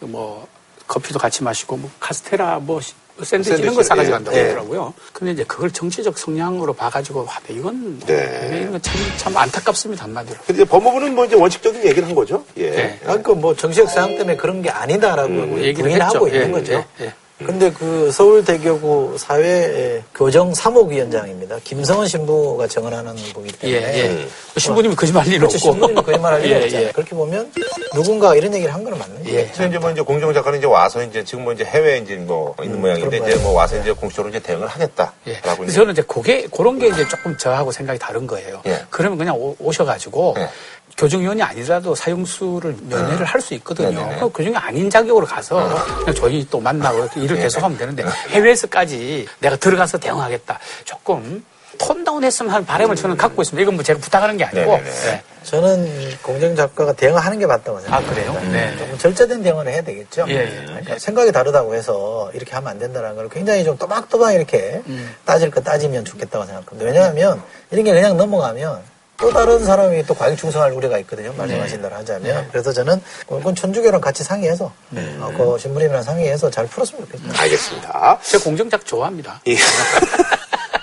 Speaker 3: 뭐 커피도 같이 마시고 뭐 카스테라 뭐 샌드위치, 이런 걸
Speaker 5: 샌드위치,
Speaker 3: 싸가지고
Speaker 5: 예.
Speaker 3: 간다고
Speaker 5: 예.
Speaker 3: 하더라고요. 근데 이제 그걸 정치적 성향으로 봐가지고 와, 네, 이건
Speaker 5: 네.
Speaker 3: 이건 참, 참 안타깝습니다 한마디로.
Speaker 5: 근데 이제 법무부는 뭐 이제 원칙적인 얘기를 한 거죠. 예.
Speaker 3: 네.
Speaker 2: 그러니까 뭐 정치적 상황 때문에 그런 게 아니다라고
Speaker 3: 음, 얘기를 했죠.
Speaker 2: 부인하고 있는
Speaker 3: 예,
Speaker 2: 거죠.
Speaker 3: 예, 예.
Speaker 2: 근데 그 서울대교구 사회 교정 3호 위원장입니다. 김성원 신부가 정언하는 분이기
Speaker 3: 예,
Speaker 2: 때문에
Speaker 3: 예. 신부님이 거짓말 일
Speaker 2: 네. 음. 그렇죠.
Speaker 3: 없고.
Speaker 2: 신부님 거짓말 할 일이
Speaker 3: 예,
Speaker 2: 없잖아요.
Speaker 3: 예.
Speaker 2: 그렇게 보면 누군가 이런 얘기를 한 건 맞는 거예요.
Speaker 1: 그래서 이제 뭐 이제 공정 작가는 이제 와서 이제 지금 뭐 이제 해외에 이제 뭐 있는 모양인데
Speaker 2: 그런
Speaker 1: 이제
Speaker 2: 거예요.
Speaker 1: 뭐 와서 이제 공식적으로 이제 대응을
Speaker 3: 예.
Speaker 1: 하겠다라고
Speaker 3: 근데
Speaker 1: 이제
Speaker 3: 저는 이제 그게 그런 게 이제 조금 저하고 생각이 다른 거예요.
Speaker 1: 예.
Speaker 3: 그러면 그냥 오, 셔가지고
Speaker 1: 예. 아.
Speaker 3: 교정위원이 아니라도 사용수를 면회를 할 수 있거든요.
Speaker 1: 네네네.
Speaker 3: 그 교정이 아닌 자격으로 가서 그냥 저희 또 만나고 이렇게 일을
Speaker 1: 예.
Speaker 3: 계속하면
Speaker 1: 아.
Speaker 3: 되는데 해외에서까지 내가 들어가서 대응하겠다. 조금 톤다운했으면 하는 바람을 저는 갖고 있습니다. 이건 뭐 제가 부탁하는 게 아니고.
Speaker 1: 네네네.
Speaker 3: 예.
Speaker 2: 저는 공정 작가가 대응하는 게 맞다고
Speaker 3: 아
Speaker 2: 생각합니다.
Speaker 3: 그래요?
Speaker 1: 음.
Speaker 3: 네.
Speaker 2: 조금 절제된 대응을 해야 되겠죠.
Speaker 3: 예, 예.
Speaker 2: 그러니까 생각이 다르다고 해서 이렇게 하면 안 된다는 걸 굉장히 좀 또박또박 이렇게
Speaker 3: 음.
Speaker 2: 따질 거 따지면 좋겠다고 생각합니다. 왜냐하면 이런 게 그냥 넘어가면 또 다른 사람이 또 과잉 충성할 우려가
Speaker 3: 네.
Speaker 2: 있거든요. 말씀하신 대로 하자면. 그래서 저는 그건 천주교랑 같이 상의해서
Speaker 3: 네.
Speaker 2: 어, 그 신부님이랑 상의해서 잘 풀었으면 좋겠습니다.
Speaker 3: 아,
Speaker 5: 알겠습니다.
Speaker 3: 제가 공정작 좋아합니다.
Speaker 5: 예.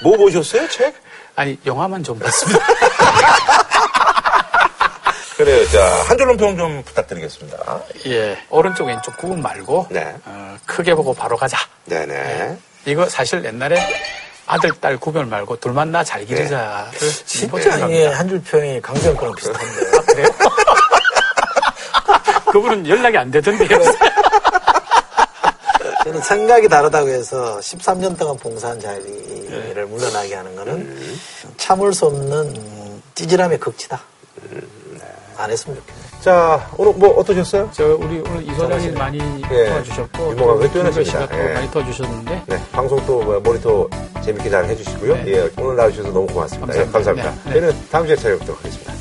Speaker 5: 뭐 보셨어요, 책?
Speaker 3: 아니 영화만 좀 봤습니다.
Speaker 1: 그래요. 자, 한 줄로 평 좀 부탁드리겠습니다.
Speaker 3: 예. 오른쪽 왼쪽 구분 말고
Speaker 5: 네.
Speaker 3: 어, 크게 보고 바로 가자.
Speaker 5: 네네.
Speaker 3: 이거 사실 옛날에 아들, 딸 구별 말고 둘만 나 잘
Speaker 1: 네.
Speaker 3: 기르자를 그 진짜
Speaker 2: 진짜 이게 예, 한줄 평이 강조한 거랑 비슷한데.
Speaker 3: 그래요? 그분은 연락이 안
Speaker 1: 네.
Speaker 3: 되던데요.
Speaker 2: 저는 생각이 다르다고 해서 13년 동안 봉사한 자리를 물러나게 하는 거는 참을 수 없는 음, 찌질함의 극치다. 안 했으면 좋겠네.
Speaker 1: 자, 오늘 뭐 어떠셨어요?
Speaker 3: 저 우리 오늘 이 소장님 많이
Speaker 1: 예.
Speaker 3: 도와주셨고
Speaker 1: 유머가
Speaker 3: 또
Speaker 1: 왜 뛰어나십니다.
Speaker 3: 씨가 또
Speaker 1: 예.
Speaker 3: 많이 도와주셨는데
Speaker 1: 네, 방송 또 뭐야, 모니터 재밌게 잘 해주시고요.
Speaker 3: 네.
Speaker 1: 예, 오늘 나와주셔서 너무 고맙습니다.
Speaker 3: 감사합니다.
Speaker 1: 예, 감사합니다.
Speaker 3: 네, 네.
Speaker 1: 저희는 다음 주에 찾아뵙도록 하겠습니다.